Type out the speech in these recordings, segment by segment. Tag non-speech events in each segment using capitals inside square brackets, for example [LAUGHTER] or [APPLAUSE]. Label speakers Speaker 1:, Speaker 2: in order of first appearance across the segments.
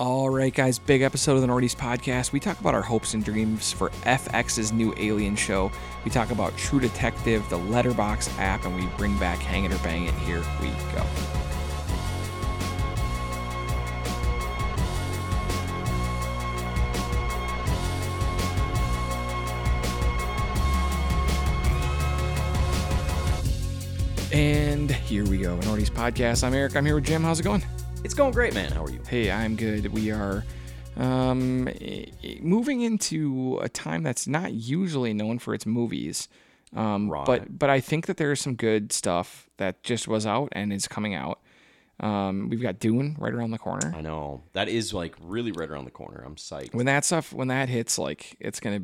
Speaker 1: All right, guys, big episode of the Nordies podcast. We talk about our hopes and dreams for FX's new Alien show. We talk about True Detective, the Letterbox app, and we bring back Hang It or Bang It. Here we go. And here we go, Nordies podcast. I'm Eric. I'm here with Jim. How's it going?
Speaker 2: It's going great, man. How are you?
Speaker 1: Hey, I'm good. We are um, i- i- moving into a time that's not usually known for its movies. Um,
Speaker 2: Right.
Speaker 1: But but I think that there is some good stuff that just was out and is coming out. Um, we've got Dune right around the corner.
Speaker 2: I know. That is like really right around the corner. I'm psyched.
Speaker 1: When that stuff when that hits, like it's gonna.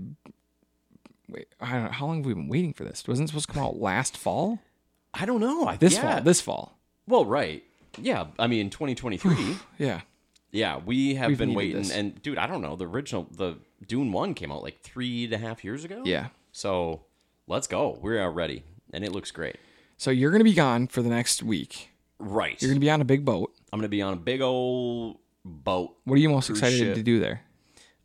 Speaker 1: Wait, I don't know, how long have we been waiting for this? Wasn't it supposed to come out last fall?
Speaker 2: I don't know. I,
Speaker 1: This
Speaker 2: yeah.
Speaker 1: fall. This fall.
Speaker 2: well, right. Yeah. I mean, 2023.
Speaker 1: Yeah.
Speaker 2: yeah, we have
Speaker 1: We've
Speaker 2: been
Speaker 1: needed
Speaker 2: waiting.
Speaker 1: this.
Speaker 2: And dude, I don't know. The original, the Dune one came out like three and a half years ago.
Speaker 1: Yeah.
Speaker 2: So let's go. We are ready, and it looks great.
Speaker 1: So you're gonna be gone for the next week.
Speaker 2: Right.
Speaker 1: You're gonna be on a big boat.
Speaker 2: I'm gonna be on a big old boat.
Speaker 1: What are you most excited
Speaker 2: ship.
Speaker 1: to do there?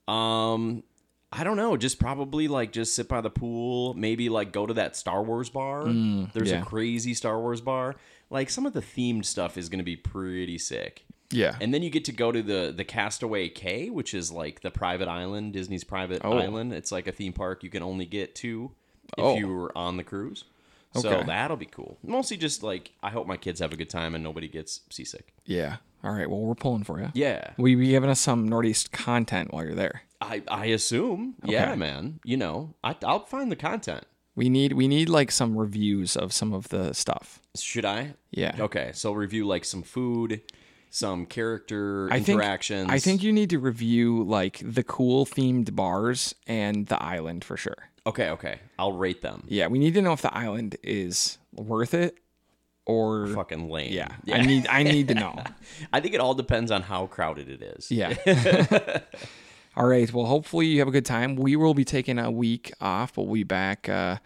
Speaker 2: Um, I don't know. Just probably like just sit by the pool. Maybe like go to that Star Wars bar. There's
Speaker 1: Mm, yeah.
Speaker 2: a crazy Star Wars bar. Like some of the themed stuff is gonna be pretty sick.
Speaker 1: Yeah.
Speaker 2: And then you get to go to the the Castaway Cay, which is like the private island, Disney's private island. It's like a theme park you can only get to if
Speaker 1: Oh.
Speaker 2: you were on the cruise. So
Speaker 1: Okay.
Speaker 2: that'll be cool. Mostly just like I hope my kids have a good time and nobody gets seasick.
Speaker 1: Yeah. All right. Well, we're pulling for you.
Speaker 2: Yeah.
Speaker 1: Will you be giving us some Northeast content while you're there?
Speaker 2: I I assume. Yeah, man. You know, I I'll find the content.
Speaker 1: We need we need like some reviews of some of the stuff.
Speaker 2: Should I?
Speaker 1: Yeah.
Speaker 2: Okay, so review like some food, some character
Speaker 1: I think
Speaker 2: interactions.
Speaker 1: I think you need to review like the cool themed bars and the island for sure.
Speaker 2: Okay, okay. I'll rate them.
Speaker 1: Yeah, we need to know if the island is worth it or
Speaker 2: Fucking lame.
Speaker 1: yeah. I need I need
Speaker 2: [LAUGHS]
Speaker 1: to know.
Speaker 2: I think it all depends on how crowded it is.
Speaker 1: Yeah. [LAUGHS] All right. Well, hopefully you have a good time. We will be taking a week off. We'll be back, uh,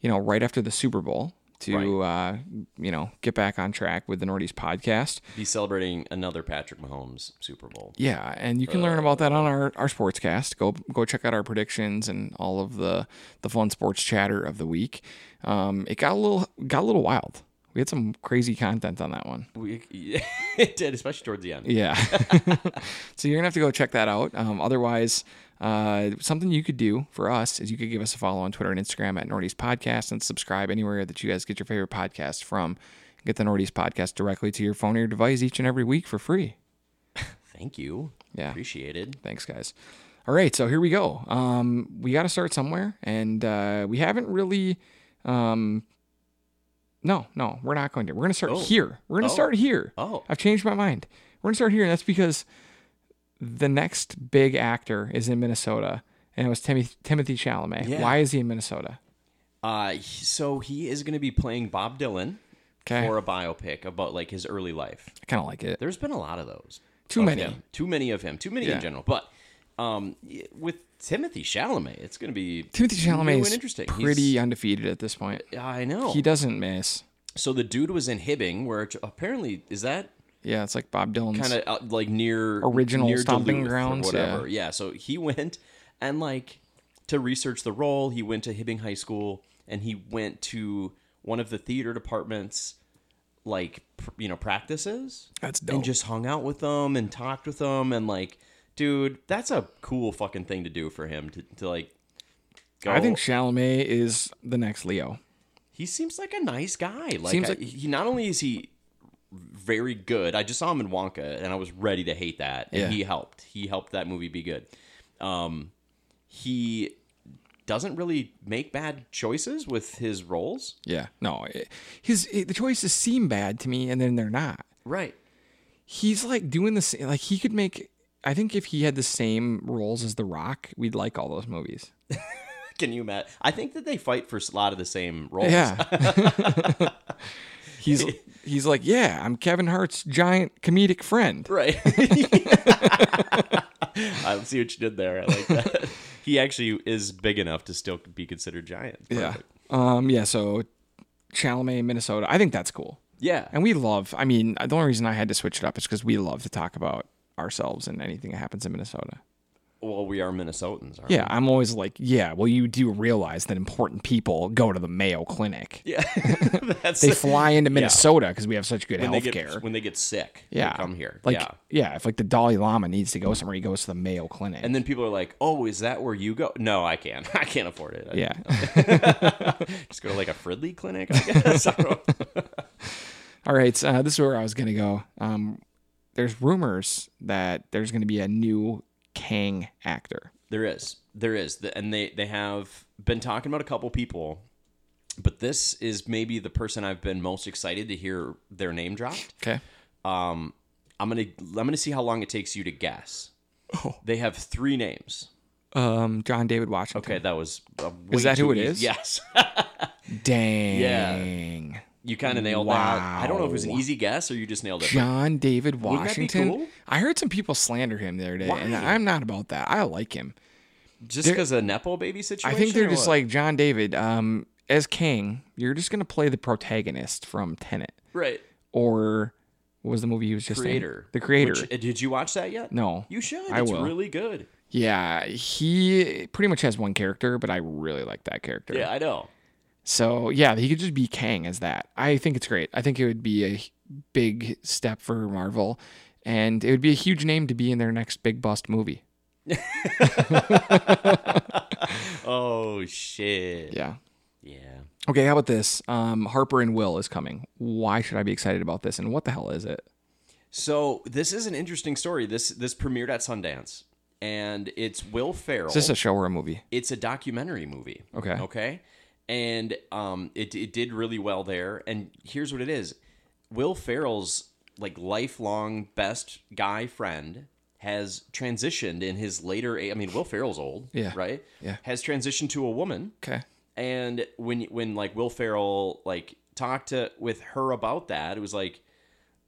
Speaker 1: you know, right after the Super Bowl to, uh, you know, get back on track with the Nordies podcast.
Speaker 2: Be celebrating another Patrick Mahomes Super Bowl.
Speaker 1: Yeah, and you can learn about that on our our sportscast. Go go check out our predictions and all of the the fun sports chatter of the week. Um, it got a little got a little wild. We had some crazy content on that one.
Speaker 2: We, [LAUGHS] it did, especially towards the end.
Speaker 1: Yeah. [LAUGHS] so you're gonna have to go check that out. Um, otherwise, uh, something you could do for us is you could give us a follow on Twitter and Instagram at Nordies Podcast and subscribe anywhere that you guys get your favorite podcast from. Get the Nordies Podcast directly to your phone or your device each and every week for free.
Speaker 2: Thank you.
Speaker 1: Yeah.
Speaker 2: Appreciated.
Speaker 1: Thanks, guys. All right, so here we go. Um, we got to start somewhere, and uh, we haven't really. Um, no, no, we're not going to. We're going to start
Speaker 2: Oh.
Speaker 1: here. We're going to
Speaker 2: Oh.
Speaker 1: start here.
Speaker 2: Oh.
Speaker 1: I've changed my mind. We're going to start here, and that's because the next big actor is in Minnesota, and it was Timothy, Timothy Chalamet.
Speaker 2: Yeah.
Speaker 1: Why is he in Minnesota?
Speaker 2: Uh, he- so he is going to be playing Bob Dylan
Speaker 1: Okay.
Speaker 2: for a biopic about like his early life.
Speaker 1: I kind of like it.
Speaker 2: There's been a lot of those.
Speaker 1: Too
Speaker 2: Of
Speaker 1: many.
Speaker 2: him. Too many of him. Too many
Speaker 1: Yeah.
Speaker 2: in general. But um, y- with Timothy Chalamet, it's going to be
Speaker 1: Timothy
Speaker 2: new
Speaker 1: Chalamet
Speaker 2: and
Speaker 1: is
Speaker 2: interesting. He's-
Speaker 1: pretty undefeated at this point.
Speaker 2: I know.
Speaker 1: He doesn't miss.
Speaker 2: so the dude was in Hibbing, where it- apparently is that
Speaker 1: Yeah, it's like Bob Dylan's.
Speaker 2: kind of uh, like near
Speaker 1: Original
Speaker 2: near
Speaker 1: stomping
Speaker 2: Duluth or
Speaker 1: grounds,
Speaker 2: whatever. Yeah. So he went and like to research the role, he went to Hibbing High School and he went to one of the theater departments, like pr- you know practices.
Speaker 1: That's
Speaker 2: and
Speaker 1: dope.
Speaker 2: just hung out with them and talked with them and like dude that's a cool fucking thing to do for him to, to like go
Speaker 1: I think Chalamet is the next Leo.
Speaker 2: he seems like a nice guy like,
Speaker 1: Seems
Speaker 2: I-
Speaker 1: like-
Speaker 2: he not only is he very good i just saw him in wonka and i was ready to hate that and
Speaker 1: Yeah.
Speaker 2: he helped he helped that movie be good um he doesn't really make bad choices with his roles
Speaker 1: Yeah. No, it, his it, the choices seem bad to me, and then they're not.
Speaker 2: right
Speaker 1: He's like doing the same. Like he could make. I think if he had the same roles as The Rock, we'd like all those movies.
Speaker 2: can you imagine i think that they fight for a lot of the same roles
Speaker 1: Yeah. [LAUGHS] he's he's like, yeah, I'm Kevin Hart's giant comedic friend.
Speaker 2: Right. [LAUGHS]
Speaker 1: [LAUGHS]
Speaker 2: I see what you did there. I like that.
Speaker 1: [LAUGHS]
Speaker 2: He actually is big enough to still be considered giant.
Speaker 1: Yeah.
Speaker 2: Perfect.
Speaker 1: Um. Yeah. So, Chalamet, Minnesota. I think that's cool.
Speaker 2: Yeah.
Speaker 1: And we love. I mean, the only reason I had to switch it up is because we love to talk about ourselves in anything that happens in Minnesota.
Speaker 2: Well, we are Minnesotans, aren't
Speaker 1: Yeah, I'm always like, yeah, well, you do realize that important people go to the Mayo Clinic.
Speaker 2: we? Yeah. That's
Speaker 1: They fly
Speaker 2: [LAUGHS]
Speaker 1: into Minnesota because we have such good
Speaker 2: when they
Speaker 1: health
Speaker 2: get
Speaker 1: care.
Speaker 2: when they get sick. they
Speaker 1: Yeah.
Speaker 2: come here.
Speaker 1: Like,
Speaker 2: yeah.
Speaker 1: if like the Dalai Lama needs to go somewhere, he goes to the Mayo Clinic.
Speaker 2: And then people are like, "Oh, is that where you go?" No, I can't. [LAUGHS] I can't afford it. I
Speaker 1: yeah.
Speaker 2: just go to like a Fridley clinic. I guess. [LAUGHS] I don't-
Speaker 1: All right. Uh, this is where I was going to go. Um, there's rumors that there's going to be a new Kang actor.
Speaker 2: There is. There is. The- And they, they have been talking about a couple people, but this is maybe the person I've been most excited to hear their name dropped.
Speaker 1: Okay.
Speaker 2: Um, I'm gonna I'm gonna see how long it takes you to guess.
Speaker 1: Oh.
Speaker 2: They have three names.
Speaker 1: Um, John David Washington.
Speaker 2: Okay, that was uh, way
Speaker 1: Is that
Speaker 2: too
Speaker 1: who it
Speaker 2: easy.
Speaker 1: is?
Speaker 2: Yes, [LAUGHS]
Speaker 1: Dang.
Speaker 2: you kind of nailed that. I don't know if it was an easy guess or you just nailed it.
Speaker 1: John David
Speaker 2: Wouldn't that be
Speaker 1: Washington.
Speaker 2: cool?
Speaker 1: I heard some people slander him the other day, and
Speaker 2: Why?
Speaker 1: I'm not about that. I like him.
Speaker 2: Just because a nepo baby situation.
Speaker 1: I think they're
Speaker 2: or
Speaker 1: just
Speaker 2: what?
Speaker 1: like John David. Um, as King, you're just gonna play the protagonist from Tenet,
Speaker 2: right
Speaker 1: or what was the movie he was just in?
Speaker 2: creator.
Speaker 1: The creator.
Speaker 2: Which- uh, did you watch that yet?
Speaker 1: no.
Speaker 2: You should.
Speaker 1: I
Speaker 2: it's
Speaker 1: will.
Speaker 2: really good.
Speaker 1: yeah, he pretty much has one character, but I really like that character.
Speaker 2: Yeah, I know.
Speaker 1: So yeah, he could just be Kang as that. I think it's great. I think it would be a big step for Marvel, and it would be a huge name to be in their next big bust movie.
Speaker 2: Oh shit.
Speaker 1: Yeah.
Speaker 2: yeah.
Speaker 1: Okay, how about this? Um, Harper and Will is coming. Why should I be excited about this? And what the hell is it?
Speaker 2: So this is an interesting story. This this premiered at Sundance, and it's Will Ferrell.
Speaker 1: Is this a show or a movie?
Speaker 2: it's a documentary movie.
Speaker 1: Okay.
Speaker 2: Okay. And um, it it did really well there. And here's what it is: Will Ferrell's like lifelong best guy friend has transitioned in his later. a- I mean, Will Ferrell's old.
Speaker 1: Yeah.
Speaker 2: Right.
Speaker 1: Yeah.
Speaker 2: Has transitioned to a woman.
Speaker 1: Okay.
Speaker 2: and when when like Will Ferrell like talked to with her about that, it was like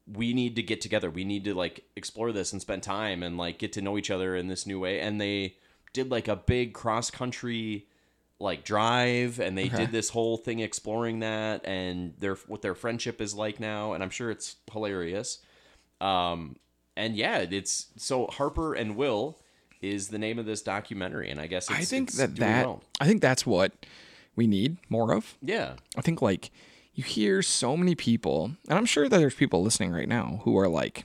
Speaker 2: we need to get together. We need to like explore this and spend time and like get to know each other in this new way. And they did like a big cross country like drive and they did this whole thing exploring that and their what their friendship is like now and I'm sure it's hilarious. Um and yeah, it's so Harper and Will is the name of this documentary and I guess it's,
Speaker 1: I think
Speaker 2: it's
Speaker 1: that
Speaker 2: doing
Speaker 1: that
Speaker 2: well.
Speaker 1: I think that's what we need more of.
Speaker 2: yeah.
Speaker 1: I think like you hear so many people, and I'm sure that there's people listening right now who are like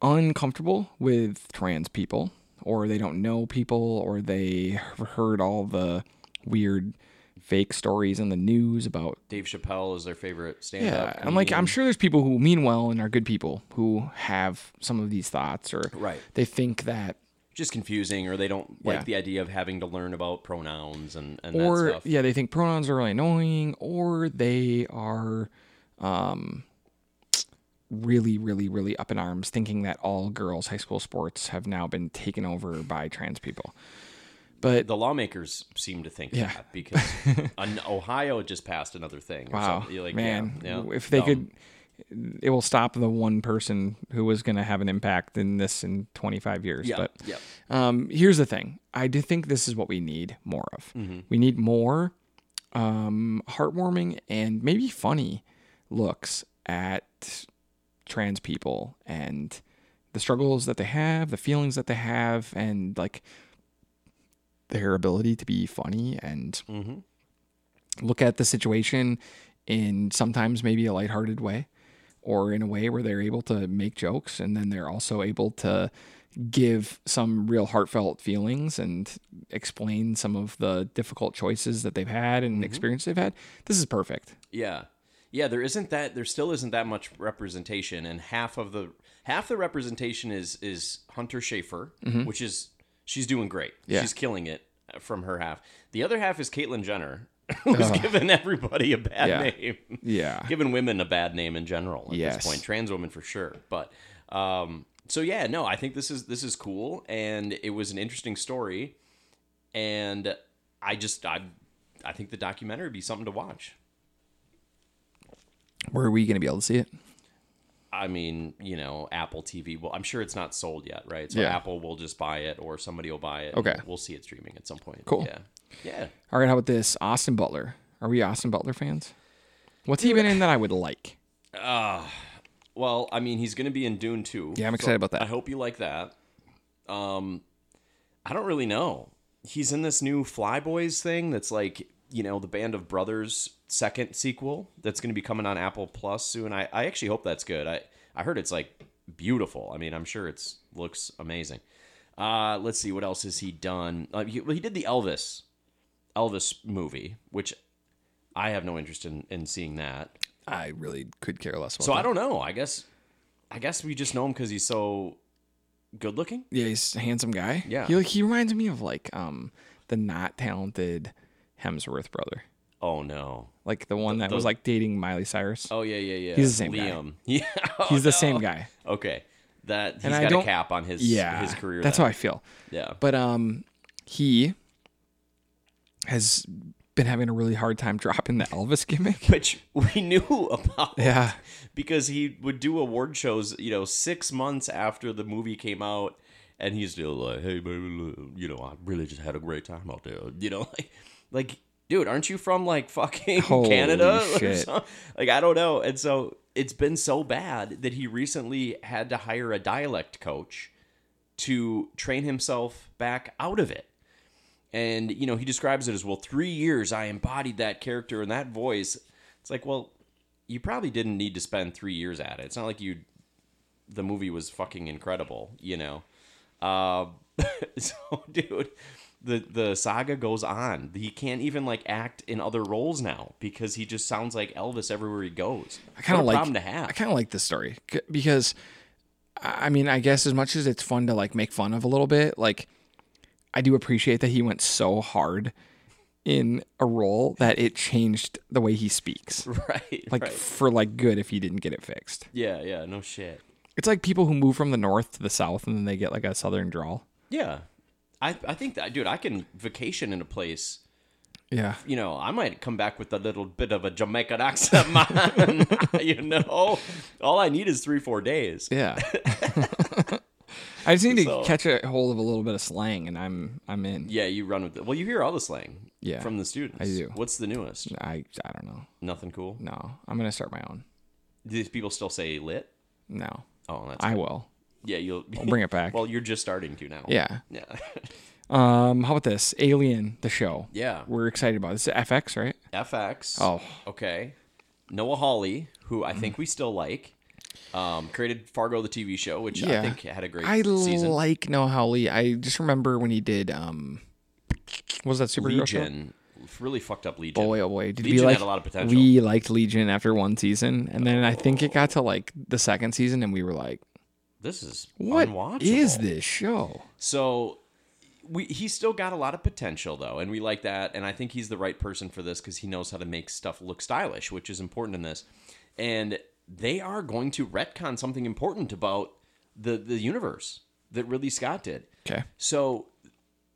Speaker 1: uncomfortable with trans people, or they don't know people, or they have heard all the weird fake stories in the news about
Speaker 2: Dave Chappelle is their favorite
Speaker 1: Yeah,
Speaker 2: stand-up.
Speaker 1: I'm like, I'm sure there's people who mean well and are good people who have some of these thoughts, or
Speaker 2: Right.
Speaker 1: they think that,
Speaker 2: just confusing, or they don't like
Speaker 1: Yeah.
Speaker 2: the idea of having to learn about pronouns and and that
Speaker 1: or
Speaker 2: stuff.
Speaker 1: yeah, they think pronouns are really annoying, or they are, um, really, really, really up in arms, thinking that all girls' high school sports have now been taken over by trans people. But
Speaker 2: The lawmakers seem to think
Speaker 1: Yeah. [LAUGHS]
Speaker 2: that because an Ohio just passed another thing. or
Speaker 1: wow,
Speaker 2: something. You're like,
Speaker 1: man,
Speaker 2: yeah, yeah,
Speaker 1: if they
Speaker 2: dumb.
Speaker 1: could. It will stop the one person who was going to have an impact in this in 25 years.
Speaker 2: yeah,
Speaker 1: but
Speaker 2: yeah,
Speaker 1: Um, here's the thing. I do think this is what we need more of. We need more um, heartwarming and maybe funny looks at trans people and the struggles that they have, the feelings that they have, and like their ability to be funny and look at the situation in sometimes maybe a lighthearted way or in a way where they're able to make jokes and then they're also able to give some real heartfelt feelings and explain some of the difficult choices that they've had and experience they've had. This is perfect.
Speaker 2: yeah, yeah. There isn't that. There still isn't that much representation, and half of the half the representation is is Hunter Schafer, which is she's doing great.
Speaker 1: Mm-hmm. Yeah.
Speaker 2: she's killing it uh, from her half. The other half is Caitlyn Jenner. [LAUGHS] Who's giving everybody a bad
Speaker 1: Uh-huh. Yeah.
Speaker 2: name? [LAUGHS]
Speaker 1: Yeah.
Speaker 2: Giving women a bad name in general at
Speaker 1: Yes.
Speaker 2: this point, trans women for sure. But um, so yeah, no, I think this is this is cool, and it was an interesting story, and I just I I think the documentary would be something to watch.
Speaker 1: Where are we going to be able to see it?
Speaker 2: I mean, you know, Apple TV. Well, I'm sure it's not sold yet, right? So
Speaker 1: Yeah.
Speaker 2: Apple will just buy it, or somebody will buy it.
Speaker 1: Okay.
Speaker 2: we'll see it streaming at some point.
Speaker 1: Cool.
Speaker 2: Yeah, yeah.
Speaker 1: All right. How about this? Austin Butler. Are we Austin Butler fans? What's he been in that I would like?
Speaker 2: Well, I mean, he's going to be in Dune too.
Speaker 1: Yeah, I'm excited about that.
Speaker 2: I hope you like that. Um, I don't really know. He's in this new Flyboys thing that's like you know the Band of Brothers second sequel that's going to be coming on Apple Plus soon. I I actually hope that's good. I I heard it's like beautiful. I mean, I'm sure it's looks amazing. Uh, let's see what else has he done. Uh, he, well, he did the Elvis Elvis movie, which I have no interest in in seeing that.
Speaker 1: I really could care less about
Speaker 2: So
Speaker 1: that.
Speaker 2: I don't know. I guess, I guess we just know him because he's so good looking.
Speaker 1: Yeah, he's a handsome guy.
Speaker 2: Yeah.
Speaker 1: He like he reminds me of like um the not talented Hemsworth brother.
Speaker 2: Oh no.
Speaker 1: Like the one that was like dating Miley Cyrus.
Speaker 2: Oh yeah, yeah, yeah.
Speaker 1: He's the same guy.
Speaker 2: Liam. [LAUGHS] Yeah. Oh,
Speaker 1: he's the
Speaker 2: no.
Speaker 1: same guy.
Speaker 2: Okay. That he's
Speaker 1: And I
Speaker 2: got a
Speaker 1: don't-
Speaker 2: cap on his
Speaker 1: Yeah.
Speaker 2: his career.
Speaker 1: That's
Speaker 2: then.
Speaker 1: how I feel.
Speaker 2: Yeah.
Speaker 1: But um he has been having a really hard time dropping the Elvis gimmick. [LAUGHS]
Speaker 2: Which we knew [LAUGHS] about
Speaker 1: Yeah.
Speaker 2: [LAUGHS] because he would do award shows. You know, six months after the movie came out. And he's still like, "Hey, baby, uh, you know, I really just had a great time out there." [LAUGHS] You know, like, like, dude, aren't you from like fucking [LAUGHS]
Speaker 1: Holy
Speaker 2: Canada? or
Speaker 1: shit.
Speaker 2: something? like I don't know. And so it's been so bad that he recently had to hire a dialect coach to train himself back out of it. And you know, he describes it as well, 3 years I embodied that character and that voice. It's like, well, you probably didn't need to spend 3 years at it. It's not like you the movie was fucking incredible, you know. Uh, [LAUGHS] so dude, the the saga goes on. He can't even like act in other roles now because he just sounds like Elvis everywhere he goes.
Speaker 1: I kind of like
Speaker 2: problem to have.
Speaker 1: I kind of like this story c- because I I mean, I guess as much as it's fun to like make fun of a little bit, like I do appreciate that he went so hard in a role that it changed the way he speaks.
Speaker 2: [LAUGHS] right.
Speaker 1: Like
Speaker 2: right.
Speaker 1: for like good if he didn't get it fixed.
Speaker 2: Yeah, yeah, no shit.
Speaker 1: It's like people who move from the north to the south and then they get like a southern drawl.
Speaker 2: Yeah. I, I think that dude, I can vacation in a place.
Speaker 1: Yeah.
Speaker 2: You know, I might come back with a little bit of a Jamaican accent, [LAUGHS] man. you know, all I need is three, four days.
Speaker 1: Yeah. [LAUGHS] I just need to
Speaker 2: So-
Speaker 1: catch a hold of a little bit of slang and I'm I'm in.
Speaker 2: Yeah, you run with it. Well, you hear all the slang
Speaker 1: Yeah,
Speaker 2: from the students.
Speaker 1: I do.
Speaker 2: What's the newest?
Speaker 1: I I don't know.
Speaker 2: Nothing cool.
Speaker 1: No. I'm going to start my own.
Speaker 2: Do people still say lit?
Speaker 1: No.
Speaker 2: Oh, that's
Speaker 1: I will.
Speaker 2: yeah. You'll [LAUGHS]
Speaker 1: bring it back.
Speaker 2: well, you're just starting to now.
Speaker 1: Yeah.
Speaker 2: yeah, [LAUGHS]
Speaker 1: Um, how about this? Alien, the show.
Speaker 2: yeah.
Speaker 1: We're excited about it. this. Is FX, right?
Speaker 2: FX.
Speaker 1: Oh. Mm.
Speaker 2: okay. Noah Hawley, who I think we still like, um, created Fargo the TV show, which I
Speaker 1: Yeah.
Speaker 2: think had a great
Speaker 1: I
Speaker 2: season.
Speaker 1: like Noah Hawley. I just remember when he did um what was that superhero show?
Speaker 2: Legion, really fucked up Legion.
Speaker 1: Boy, oh boy, did
Speaker 2: Legion
Speaker 1: we like
Speaker 2: had a lot of potential.
Speaker 1: we liked Legion after one season, and then I think it got to like the second season, and we were like,
Speaker 2: This is
Speaker 1: "What is
Speaker 2: unwatchable.
Speaker 1: this show?"
Speaker 2: So we he's still got a lot of potential though, and we like that. And I think he's the right person for this because he knows how to make stuff look stylish, which is important in this. And they are going to retcon something important about the the universe that Ridley Scott did.
Speaker 1: Okay,
Speaker 2: So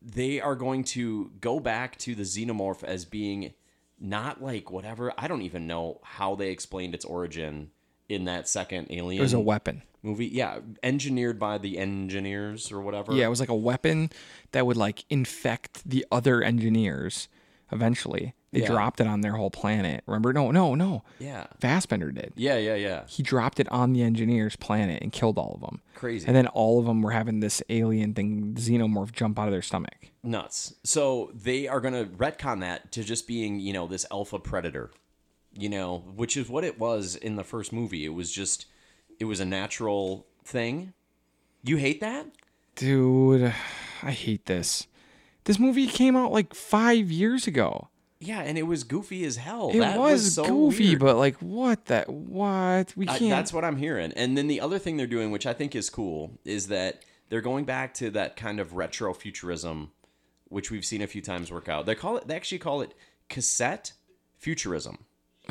Speaker 2: they are going to go back to the xenomorph as being not like whatever. I don't even know how they explained its origin in that second
Speaker 1: it was a
Speaker 2: alien
Speaker 1: weapon.
Speaker 2: movie. Yeah, engineered by the engineers or whatever.
Speaker 1: Yeah, it was like a weapon that would like infect the other engineers. Eventually, they
Speaker 2: Yeah.
Speaker 1: dropped it on their whole planet. Remember? No, no, no.
Speaker 2: Yeah.
Speaker 1: Fassbender did.
Speaker 2: Yeah, yeah, yeah.
Speaker 1: he dropped it on the engineer's planet and killed all of them.
Speaker 2: Crazy.
Speaker 1: And then all of them were having this alien thing, xenomorph, jump out of their stomach.
Speaker 2: Nuts. So they are going to retcon that to just being, you know, this alpha predator, you know, which is what it was in the first movie. It was just, it was a natural thing. You hate that?
Speaker 1: Dude, I hate this. This movie came out like five years ago.
Speaker 2: Yeah, and it was goofy as hell.
Speaker 1: It
Speaker 2: that
Speaker 1: was,
Speaker 2: so
Speaker 1: goofy,
Speaker 2: weird.
Speaker 1: but like, what that? What? We
Speaker 2: I-
Speaker 1: can't.
Speaker 2: that's what I'm hearing. And then the other thing they're doing, which I think is cool, is that they're going back to that kind of retro futurism, which we've seen a few times work out. They call it, they actually call it cassette futurism.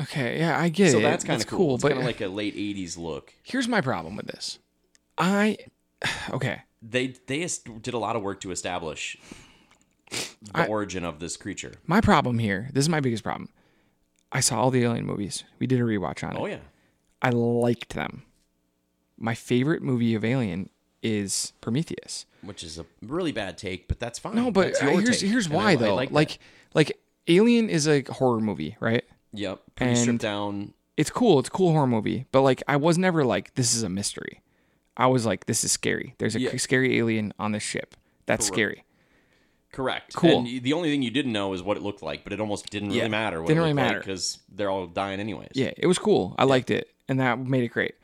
Speaker 1: okay, yeah, I get
Speaker 2: So
Speaker 1: it.
Speaker 2: that's kind of cool. It's
Speaker 1: But
Speaker 2: kind of like a late '80s look.
Speaker 1: here's my problem with this. I, [SIGHS] okay,
Speaker 2: They they es- did a lot of work to establish the origin of this creature.
Speaker 1: my problem here. This is my biggest problem. I saw all the Alien movies. We did a rewatch on it.
Speaker 2: Oh yeah,
Speaker 1: I liked them. My favorite movie of Alien is Prometheus.
Speaker 2: which is a really bad take, but that's fine.
Speaker 1: No, but
Speaker 2: That's
Speaker 1: uh,
Speaker 2: your
Speaker 1: here's
Speaker 2: take,
Speaker 1: here's
Speaker 2: and I-
Speaker 1: why
Speaker 2: I
Speaker 1: though.
Speaker 2: like, that.
Speaker 1: like like Alien is a horror movie, right?
Speaker 2: yep, pretty
Speaker 1: and-
Speaker 2: stripped down.
Speaker 1: it's cool. It's a cool horror movie, but like I was never like this is a mystery. I was like this is scary. There's a
Speaker 2: Yeah.
Speaker 1: scary alien on this ship. That's scary.
Speaker 2: Correct.
Speaker 1: Cool.
Speaker 2: And y- the only thing you didn't know is what it looked like, but it almost didn't really
Speaker 1: Yeah.
Speaker 2: matter. What
Speaker 1: Didn't
Speaker 2: it
Speaker 1: really
Speaker 2: looked
Speaker 1: matter.
Speaker 2: because they're all dying anyways.
Speaker 1: Yeah, it was cool. I liked it, and that made it great.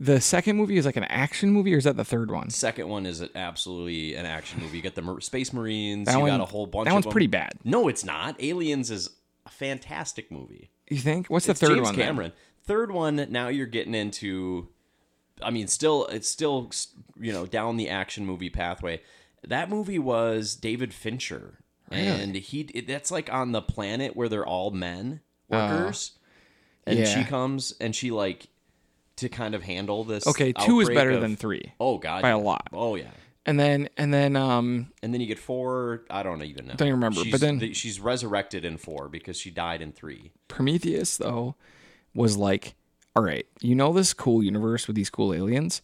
Speaker 1: The second movie is like an action movie, or is that the third one?
Speaker 2: Second one is absolutely an action movie. You got the Mer- Space Marines.
Speaker 1: That
Speaker 2: you
Speaker 1: one-
Speaker 2: got a whole bunch.
Speaker 1: that
Speaker 2: of
Speaker 1: one's
Speaker 2: them.
Speaker 1: pretty bad.
Speaker 2: No, it's not. Aliens is a fantastic movie.
Speaker 1: You think? What's the
Speaker 2: It's
Speaker 1: third
Speaker 2: James
Speaker 1: one? then?
Speaker 2: Cameron. Third one. Now you're getting into. I mean, still, it's still you know down the action movie pathway. That movie was David Fincher, and he it- that's like on the planet where they're all men workers, and she
Speaker 1: Uh-huh. Yeah.
Speaker 2: comes and she like to kind of handle this.
Speaker 1: Okay, two is
Speaker 2: outbreak
Speaker 1: better
Speaker 2: of-
Speaker 1: than three
Speaker 2: Oh God,
Speaker 1: by a lot.
Speaker 2: Oh yeah.
Speaker 1: And then and then um
Speaker 2: And then you get four. I don't even know.
Speaker 1: Don't even remember,
Speaker 2: She's,
Speaker 1: but then-
Speaker 2: the- she's resurrected in four because she died in three.
Speaker 1: Prometheus though was like, all right, you know this cool universe with these cool aliens.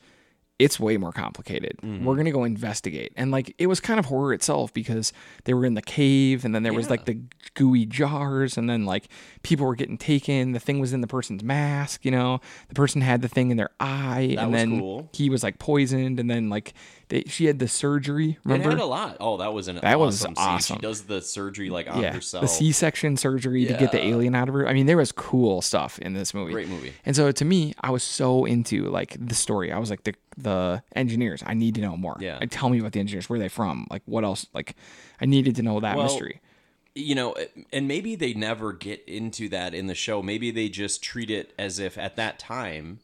Speaker 1: It's way more complicated.
Speaker 2: Mm-hmm.
Speaker 1: We're gonna go investigate, and like it was kind of horror itself because they were in the cave, and then there was like the gooey jars, and then like people were getting taken. The thing was in the person's mask, you know. The person had the thing in their eye, and
Speaker 2: was
Speaker 1: then
Speaker 2: cool.
Speaker 1: he was like poisoned, and then like they, she had the surgery. Remember?
Speaker 2: It had a lot. Oh, that was an
Speaker 1: That
Speaker 2: awesome
Speaker 1: was
Speaker 2: scene.
Speaker 1: awesome.
Speaker 2: She does the surgery like on herself.
Speaker 1: The C section surgery to get the alien out of her. I mean, there was cool stuff in this movie.
Speaker 2: Great movie.
Speaker 1: And so to me, I was so into like the story. I was like the the engineers. I need to know more.
Speaker 2: Yeah.
Speaker 1: Like, tell me about the engineers. Where are they from? Like what else? Like I needed to know that
Speaker 2: Well,
Speaker 1: mystery.
Speaker 2: you know, eh, and maybe they never get into that in the show. Maybe they just treat it as if at that time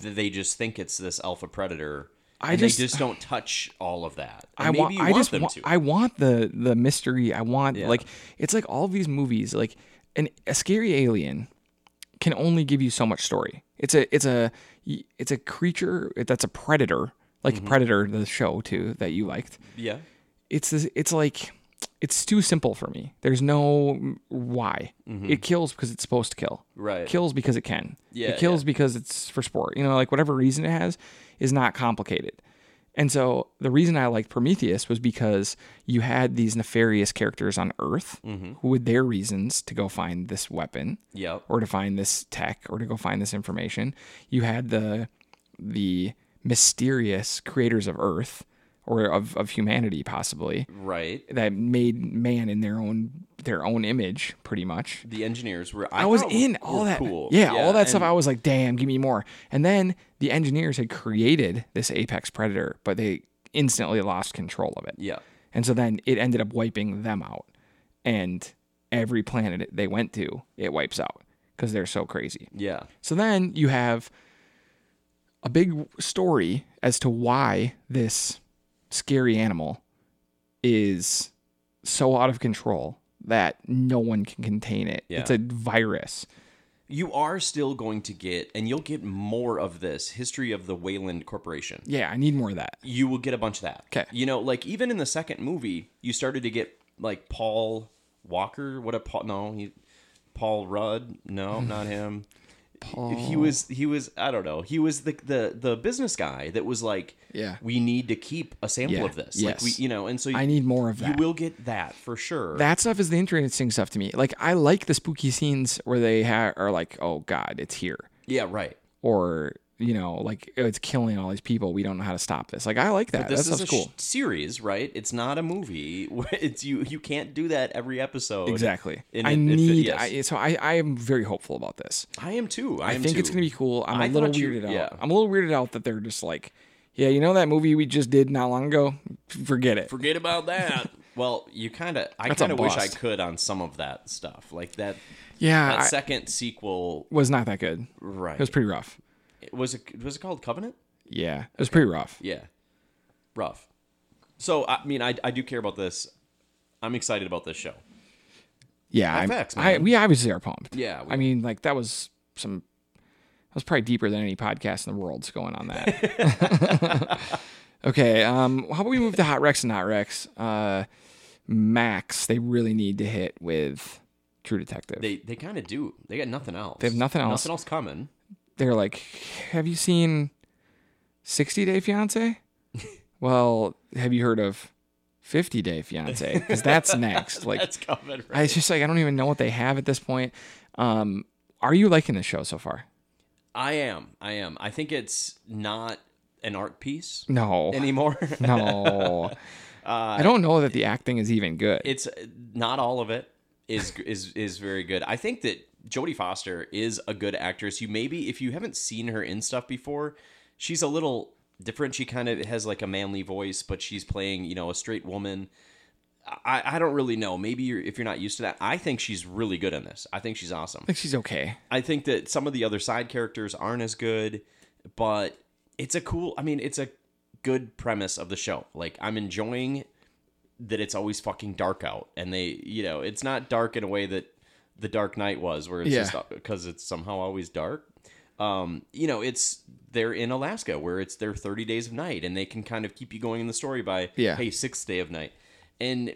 Speaker 2: th- they just think it's this alpha predator.
Speaker 1: I
Speaker 2: and
Speaker 1: just-
Speaker 2: they just don't touch all of that. And
Speaker 1: I
Speaker 2: maybe
Speaker 1: want.
Speaker 2: you
Speaker 1: I
Speaker 2: want
Speaker 1: just
Speaker 2: them
Speaker 1: wa-
Speaker 2: to.
Speaker 1: I want the the mystery. I want
Speaker 2: Yeah.
Speaker 1: like it's like all these movies. Like an a scary alien can only give you so much story. It's a it's a it's a creature that's a predator. Like
Speaker 2: Mm-hmm.
Speaker 1: Predator, the show too that you liked.
Speaker 2: yeah.
Speaker 1: it's this, it's like it's too simple for me. There's no mm, why. It kills because it's supposed to kill.
Speaker 2: Mm-hmm. Right.
Speaker 1: It kills because it can.
Speaker 2: Yeah,
Speaker 1: It kills because it's for sport. You know, like whatever reason it has is not complicated. And so the reason I liked Prometheus was because you had these nefarious characters on Earth
Speaker 2: Mm-hmm.
Speaker 1: who with their reasons to go find this weapon
Speaker 2: Yep.
Speaker 1: or to find this tech or to go find this information. You had the the mysterious creators of Earth or of, of humanity possibly
Speaker 2: Right.
Speaker 1: that made man in their own their own image pretty much.
Speaker 2: The engineers were.
Speaker 1: I was
Speaker 2: thought
Speaker 1: in
Speaker 2: Oh, were
Speaker 1: all that
Speaker 2: Cool.
Speaker 1: yeah, all that stuff
Speaker 2: and-
Speaker 1: I was like damn give me more. And then the engineers had created this apex predator but they instantly lost control of it.
Speaker 2: Yeah.
Speaker 1: And so then it ended up wiping them out. And every planet they went to, it wipes out because they're so crazy.
Speaker 2: Yeah.
Speaker 1: So then you have a big story as to why this scary animal is so out of control that no one can contain it. It's
Speaker 2: Yeah.
Speaker 1: a virus.
Speaker 2: you are still going to get, and you'll get more of this history of the Wayland Corporation.
Speaker 1: Yeah, I need more of that.
Speaker 2: You will get a bunch of that.
Speaker 1: 'Kay.
Speaker 2: You know, like even in the second movie, you started to get like Paul Walker. What a Paul? No, he, Paul Rudd.
Speaker 1: [LAUGHS]
Speaker 2: No, not him. Paul. He was. He was. I don't know. He was the the the business guy that was like,
Speaker 1: Yeah.
Speaker 2: we need to keep a sample
Speaker 1: Yeah,
Speaker 2: of this. Like
Speaker 1: yes.
Speaker 2: we, you know, and so
Speaker 1: I need more of
Speaker 2: You
Speaker 1: that.
Speaker 2: will get that for sure.
Speaker 1: that stuff is the interesting stuff to me. Like I like the spooky scenes where they ha- are like, "Oh God, it's here,"
Speaker 2: yeah. Right.
Speaker 1: or you know, like "Oh, it's killing all these people. We don't know how to stop this. Like I like that.
Speaker 2: this
Speaker 1: that
Speaker 2: is a
Speaker 1: stuff's cool.
Speaker 2: sh- series, right? It's not a movie. [LAUGHS] It's you. You can't do that every episode.
Speaker 1: exactly.
Speaker 2: And
Speaker 1: I
Speaker 2: it- it fit-
Speaker 1: need.
Speaker 2: yes.
Speaker 1: I, so I, I am very hopeful about this.
Speaker 2: I am too. I,
Speaker 1: I
Speaker 2: am
Speaker 1: think
Speaker 2: too.
Speaker 1: it's gonna be cool. I'm a
Speaker 2: I
Speaker 1: little
Speaker 2: thought you-
Speaker 1: weirded out.
Speaker 2: yeah.
Speaker 1: I'm a little weirded out that they're just like, yeah, you know that movie we just did not long ago. Forget it.
Speaker 2: Forget about that. [LAUGHS] well, you kind of. I
Speaker 1: That's a
Speaker 2: kind of wish I
Speaker 1: bust.
Speaker 2: could on some of that stuff, like that.
Speaker 1: yeah,
Speaker 2: That
Speaker 1: I-
Speaker 2: second sequel,
Speaker 1: was not that good.
Speaker 2: right?
Speaker 1: It was pretty rough.
Speaker 2: was it was it called Covenant?
Speaker 1: Yeah, it was pretty rough.
Speaker 2: Yeah, rough. So I mean, I I do care about this. I'm excited about this show.
Speaker 1: Yeah, I'm-
Speaker 2: facts,
Speaker 1: I,
Speaker 2: man.
Speaker 1: we obviously are pumped.
Speaker 2: Yeah, we
Speaker 1: I mean, like that was some. That was probably deeper than any podcast in the world's going on that.
Speaker 2: [LAUGHS]
Speaker 1: okay, um, how about we move to hot Rex and hot Rex? Uh, Max, they really need to hit with True Detective.
Speaker 2: They they kind of do. They got nothing else. They
Speaker 1: have nothing else.
Speaker 2: Nothing else coming.
Speaker 1: They're like, have you seen Sixty Day
Speaker 2: [LAUGHS]
Speaker 1: Fiance? well, have you heard of Fifty Day Fiance? Because
Speaker 2: [LAUGHS]
Speaker 1: that's next. Like,
Speaker 2: That's coming. Right?
Speaker 1: I, it's just like I don't even know what they have at this point. Um, are you liking the show so far?
Speaker 2: I am. I am. I think it's not an art piece
Speaker 1: No, [LAUGHS]
Speaker 2: anymore.
Speaker 1: no.
Speaker 2: Uh,
Speaker 1: I don't know that the acting is even good.
Speaker 2: it's not all of it is is is very good. I think that Jodie Foster is a good actress. You maybe if you haven't seen her in stuff before, she's a little different. She kind of has like a manly voice, but she's playing you know a straight woman. I, I don't really know. Maybe you're, if you're not used to that, I think she's really good in this. I think she's awesome.
Speaker 1: I think she's okay.
Speaker 2: I think that some of the other side characters aren't as good, but it's a cool. I mean, it's a good premise of the show. Like I'm enjoying that it's always fucking dark out, and they, you know, it's not dark in a way that the Dark Knight was, where it's
Speaker 1: Yeah.
Speaker 2: just because it's somehow always dark. Um, you know, it's they're in Alaska where it's their 30 days of night, and they can kind of keep you going in the story by
Speaker 1: Yeah.
Speaker 2: hey sixth day of night, and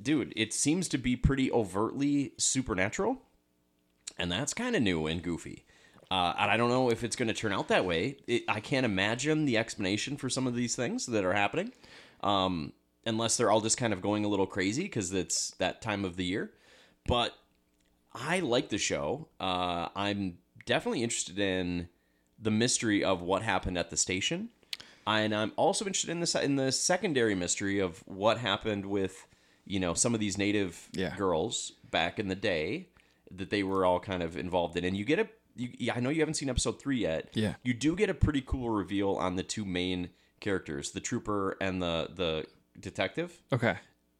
Speaker 2: dude, it seems to be pretty overtly supernatural and that's kind of new and goofy. Uh, and I don't know if it's going to turn out that way. It, I can't imagine the explanation for some of these things that are happening, um, unless they're all just kind of going a little crazy because it's that time of the year. But I like the show. Uh, I'm definitely interested in the mystery of what happened at the station, and I'm also interested in the se- in the secondary mystery of what happened with you know some of these native
Speaker 1: Yeah.
Speaker 2: girls back in the day that they were all kind of involved in. And you get a you, yeah, I know you haven't seen episode three yet.
Speaker 1: Yeah.
Speaker 2: you do get a pretty cool reveal on the two main characters, the trooper and the the detective
Speaker 1: Okay.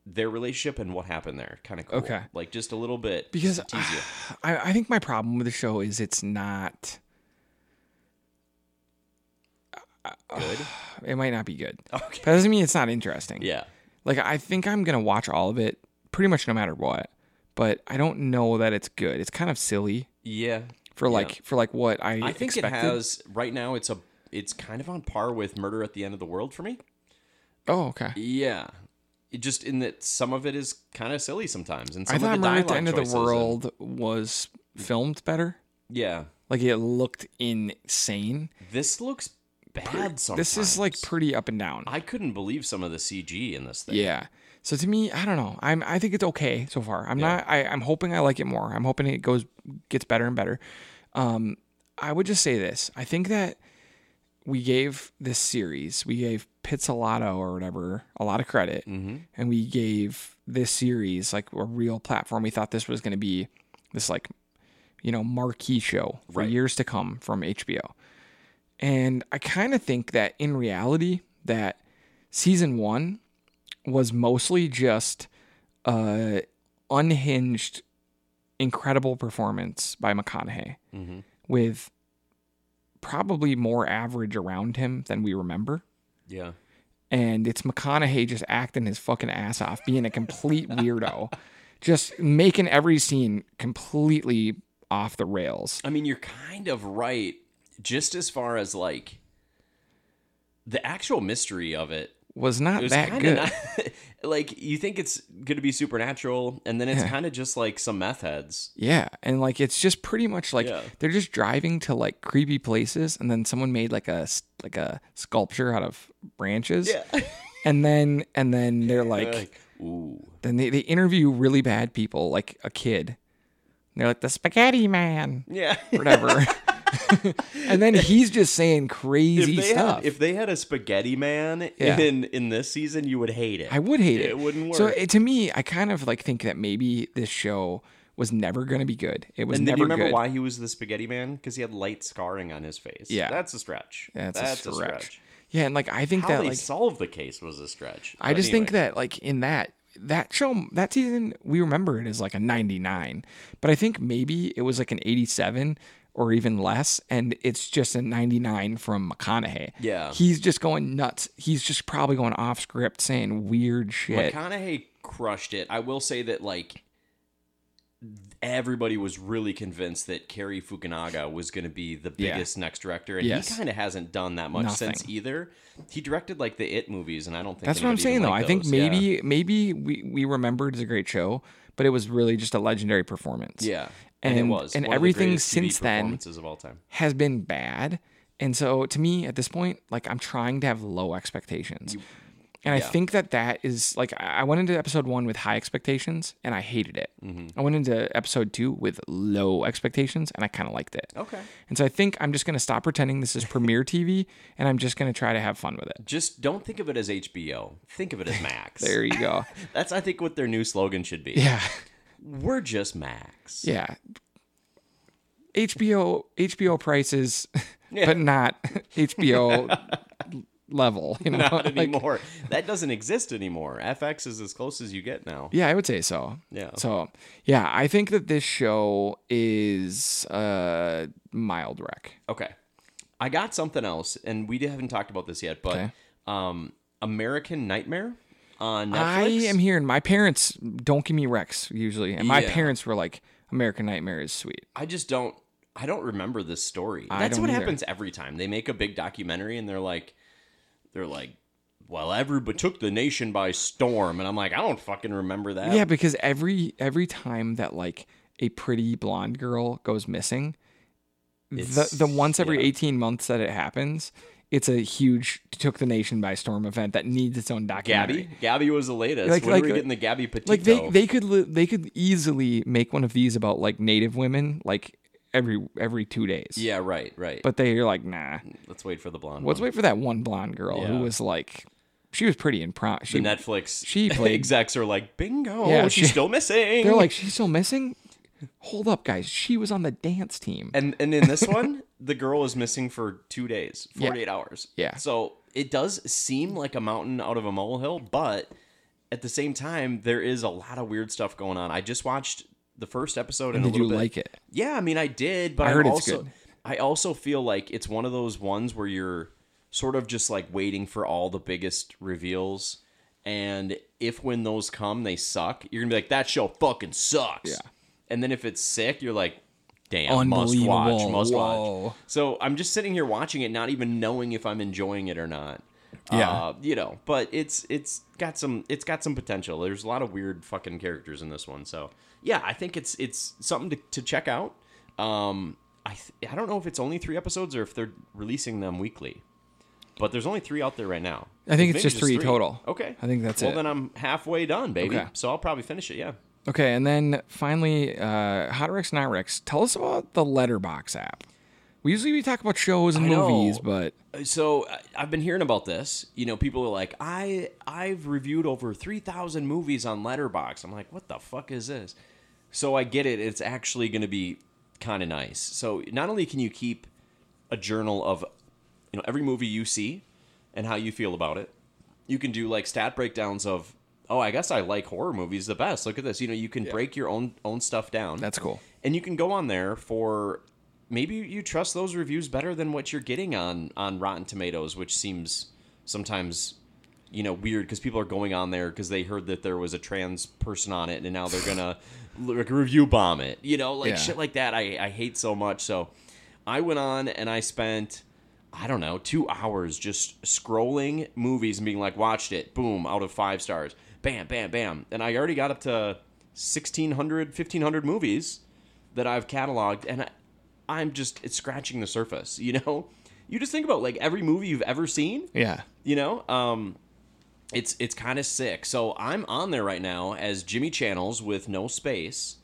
Speaker 2: their relationship and what happened there kind of cool.
Speaker 1: Okay.
Speaker 2: like just a little bit
Speaker 1: Because
Speaker 2: just to tease you.
Speaker 1: [SIGHS] I, I think my problem with the show is it's not.
Speaker 2: good
Speaker 1: It might not be good.
Speaker 2: [LAUGHS] Okay.
Speaker 1: But that doesn't mean it's not interesting.
Speaker 2: yeah
Speaker 1: Like I think I'm gonna watch all of it, pretty much no matter what. But I don't know that it's good. It's kind of silly
Speaker 2: yeah
Speaker 1: for like for like what I.
Speaker 2: i think
Speaker 1: expected.
Speaker 2: it has right now it's a it's kind of on par with murder at the end of the world for me
Speaker 1: Oh, okay.
Speaker 2: yeah it just in that some of it is kind of silly sometimes and some
Speaker 1: I thought
Speaker 2: of the
Speaker 1: Murder at
Speaker 2: dialogue
Speaker 1: the End of
Speaker 2: choices
Speaker 1: the
Speaker 2: and- Mm.
Speaker 1: World was filmed better.
Speaker 2: yeah
Speaker 1: Like it looked insane.
Speaker 2: this looks bad sometimes
Speaker 1: This is like pretty up and down.
Speaker 2: i couldn't believe some of the cg in this thing
Speaker 1: Yeah. So to me, I don't know. I'm I think it's okay so far. I'm not. I, I'm hoping I like it more. I'm hoping it goes gets better and better. Um, I would just say this. I think that we gave this series, we gave Pizzolatto or whatever a lot of credit, and we gave this series like a real platform. We thought this was going to be this like you know marquee show for
Speaker 2: Right.
Speaker 1: years to come from HBO. And I kind of think that in reality, that season one was mostly just uh unhinged, incredible performance by McConaughey
Speaker 2: mm-hmm.
Speaker 1: with probably more average around him than we remember.
Speaker 2: yeah
Speaker 1: And it's McConaughey just acting his fucking ass off, being a
Speaker 2: [LAUGHS]
Speaker 1: complete weirdo, just making every scene completely off the rails.
Speaker 2: I mean, you're kind of right, just as far as like the actual mystery of it.
Speaker 1: Was not
Speaker 2: It was
Speaker 1: that
Speaker 2: kind of
Speaker 1: good.
Speaker 2: not, [LAUGHS] like you think it's going to be supernatural, and then it's kind of just like some meth heads.
Speaker 1: Yeah, and like it's just pretty much like
Speaker 2: Yeah.
Speaker 1: they're just driving to like creepy places, and then someone made like a s- like a sculpture out of branches.
Speaker 2: [LAUGHS]
Speaker 1: and then and then they're like,
Speaker 2: like, ooh,
Speaker 1: then they, they interview really bad people, like a kid. And they're like the spaghetti man,
Speaker 2: [LAUGHS] yeah.
Speaker 1: whatever. and then he's just saying crazy
Speaker 2: If they,
Speaker 1: stuff.
Speaker 2: had, if they had a spaghetti man
Speaker 1: Yeah.
Speaker 2: in in this season, you would hate it.
Speaker 1: I would hate it.
Speaker 2: It wouldn't
Speaker 1: So
Speaker 2: work.
Speaker 1: it, to me, I kind of like think that maybe this show was never going to be good. It was
Speaker 2: and then
Speaker 1: never
Speaker 2: you remember
Speaker 1: good.
Speaker 2: why he was the spaghetti man because he had light scarring on his face.
Speaker 1: Yeah.
Speaker 2: that's a stretch.
Speaker 1: That's, a, stretch. Yeah, and like I think
Speaker 2: How
Speaker 1: that
Speaker 2: they
Speaker 1: like
Speaker 2: solved the case was a stretch.
Speaker 1: I
Speaker 2: But
Speaker 1: just
Speaker 2: anyway.
Speaker 1: think that like in that that show that season we remember it as like a 99 but i think maybe it was like an 87 or even less and it's just a 99 from mcconaughey
Speaker 2: Yeah.
Speaker 1: he's just going nuts he's just probably going off script saying weird shit
Speaker 2: McConaughey crushed it. I will say that like everybody was really convinced that Kerry Fukunaga was going to be the
Speaker 1: Yeah.
Speaker 2: biggest next director, and
Speaker 1: Yes.
Speaker 2: he kind of hasn't done that much
Speaker 1: Nothing.
Speaker 2: since either. He directed like the It movies, and I don't think
Speaker 1: that's what i'm
Speaker 2: anybody
Speaker 1: saying
Speaker 2: even
Speaker 1: though
Speaker 2: liked
Speaker 1: i think
Speaker 2: those.
Speaker 1: maybe maybe we we remembered as a great show but it was really just a legendary performance
Speaker 2: yeah, yeah. and,
Speaker 1: And-
Speaker 2: it was
Speaker 1: and
Speaker 2: one of the
Speaker 1: everything
Speaker 2: greatest TV
Speaker 1: since then-
Speaker 2: performances of all time.
Speaker 1: has been bad. And so to me at this point, like I'm trying to have low expectations. And I
Speaker 2: Yeah.
Speaker 1: think that that is like I I went into episode one with high expectations and I hated it. I went into episode two with low expectations and I kind of liked it.
Speaker 2: Okay.
Speaker 1: And so I think I'm just going to stop pretending this is [LAUGHS] premiere TV and I'm just going to try to have fun with it.
Speaker 2: Just don't think of it as HBO. Think of it
Speaker 1: [LAUGHS]
Speaker 2: as Max.
Speaker 1: There you go.
Speaker 2: That's I think what their new slogan should be.
Speaker 1: [LAUGHS] yeah.
Speaker 2: We're just Max.
Speaker 1: Yeah. HBO HBO prices, [LAUGHS] but not [LAUGHS] HBO level. You know?
Speaker 2: Not
Speaker 1: [LAUGHS] Like,
Speaker 2: anymore. that doesn't exist anymore. FX is as close as you get now.
Speaker 1: Yeah, I would say so.
Speaker 2: Yeah.
Speaker 1: So, yeah, I think that this show is a mild wreck.
Speaker 2: Okay. I got something else, and we haven't talked about this yet, but
Speaker 1: Okay.
Speaker 2: um, American Nightmare on Netflix.
Speaker 1: I am hearing my parents don't give me wrecks usually, and my
Speaker 2: Yeah.
Speaker 1: parents were like, "American Nightmare is sweet."
Speaker 2: I just don't. I don't remember this story.
Speaker 1: I
Speaker 2: That's
Speaker 1: don't
Speaker 2: what
Speaker 1: either.
Speaker 2: happens every time they make a big documentary, and they're like, they're like, well, everybody took the nation by storm, and I'm like, I don't fucking remember that.
Speaker 1: Yeah, because every every time that like a pretty blonde girl goes missing, the
Speaker 2: It's-
Speaker 1: the once every
Speaker 2: yeah.
Speaker 1: eighteen months that it happens, it's a huge took the nation by storm event that needs its own documentary.
Speaker 2: Gabby. Gabby was the latest.
Speaker 1: Like-
Speaker 2: when
Speaker 1: like-
Speaker 2: were we getting the Gabby Petito?
Speaker 1: like they they could li- they could easily make one of these about like native women like every every two days.
Speaker 2: yeah, right, right.
Speaker 1: But
Speaker 2: But
Speaker 1: they're like, nah.
Speaker 2: let's wait for the blonde.
Speaker 1: Let's
Speaker 2: one.
Speaker 1: wait for that one blonde girl who
Speaker 2: Yeah.
Speaker 1: was like, she was pretty in prom. She,
Speaker 2: the Netflix [LAUGHS]
Speaker 1: she played-
Speaker 2: execs are like, bingo,
Speaker 1: Yeah,
Speaker 2: she's
Speaker 1: she-
Speaker 2: still missing.
Speaker 1: they're like, she's still missing. Hold up, guys. She was on the dance team.
Speaker 2: And and in this
Speaker 1: [LAUGHS]
Speaker 2: one, the girl was missing for two days, forty eight hours.
Speaker 1: Yeah.
Speaker 2: So it does seem like a mountain out of a molehill, but at the same time, there is a lot of weird stuff going on. I just watched the first episode and, a
Speaker 1: Did you
Speaker 2: little bit.
Speaker 1: like it?
Speaker 2: Yeah, I mean, I did, but I
Speaker 1: heard
Speaker 2: am
Speaker 1: it's
Speaker 2: also,
Speaker 1: good.
Speaker 2: I also feel like it's one of those ones where you're sort of just like waiting for all the biggest reveals, and if when those come, they suck. You're gonna be like, that show fucking sucks. Yeah. And then if it's sick, you're like, damn, must watch,
Speaker 1: Unbelievable.
Speaker 2: must watch.
Speaker 1: Whoa.
Speaker 2: So I'm just sitting here watching it, not even knowing if I'm enjoying it or not.
Speaker 1: Yeah.
Speaker 2: Uh, you know, but it's it's got some it's got some potential. There's a lot of weird fucking characters in this one, so yeah, I think it's it's something to, to check out. Um, I th- I don't know if it's only three episodes or if they're releasing them weekly, but there's only three out there right now.
Speaker 1: I think
Speaker 2: Maybe
Speaker 1: it's just three total.
Speaker 2: Okay,
Speaker 1: I think that's
Speaker 2: well,
Speaker 1: it.
Speaker 2: Well, then I'm halfway done, baby.
Speaker 1: Okay.
Speaker 2: So I'll probably finish it. Yeah.
Speaker 1: Okay, and then finally, uh, Hot Rex, Not Rex. Tell us about the Letterbox app. We usually we talk about shows and
Speaker 2: I know.
Speaker 1: movies, but
Speaker 2: so I- I've been hearing about this. You know, people are like, I I've reviewed over three thousand movies on Letterbox. I'm like, what the fuck is this? So I get it. It's actually going to be kind of nice. So not only can you keep a journal of you know every movie you see and how you feel about it, you can do like stat breakdowns of. Oh, I guess I like horror movies the best. Look at this. You know, you can break your own own stuff down.
Speaker 1: that's cool.
Speaker 2: And you can go on there for maybe you trust those reviews better than what you're getting on on Rotten Tomatoes, which seems sometimes you know weird because people are going on there because they heard that there was a trans person on it and now they're gonna like review bomb it. You know, like
Speaker 1: Yeah.
Speaker 2: shit like that. I I hate so much. So I went on and I spent. I don't know, two hours just scrolling movies and being like, watched it, boom, out of five stars, bam, bam, bam. And I already got up to 1,600, 1,500 movies that I've cataloged, and I, I'm just it's scratching the surface. [LAUGHS] You know, you just think about like every movie you've ever seen.
Speaker 1: Yeah.
Speaker 2: You know, um, it's it's kind of sick. So I'm on there right now as Jimmy Channels with no space.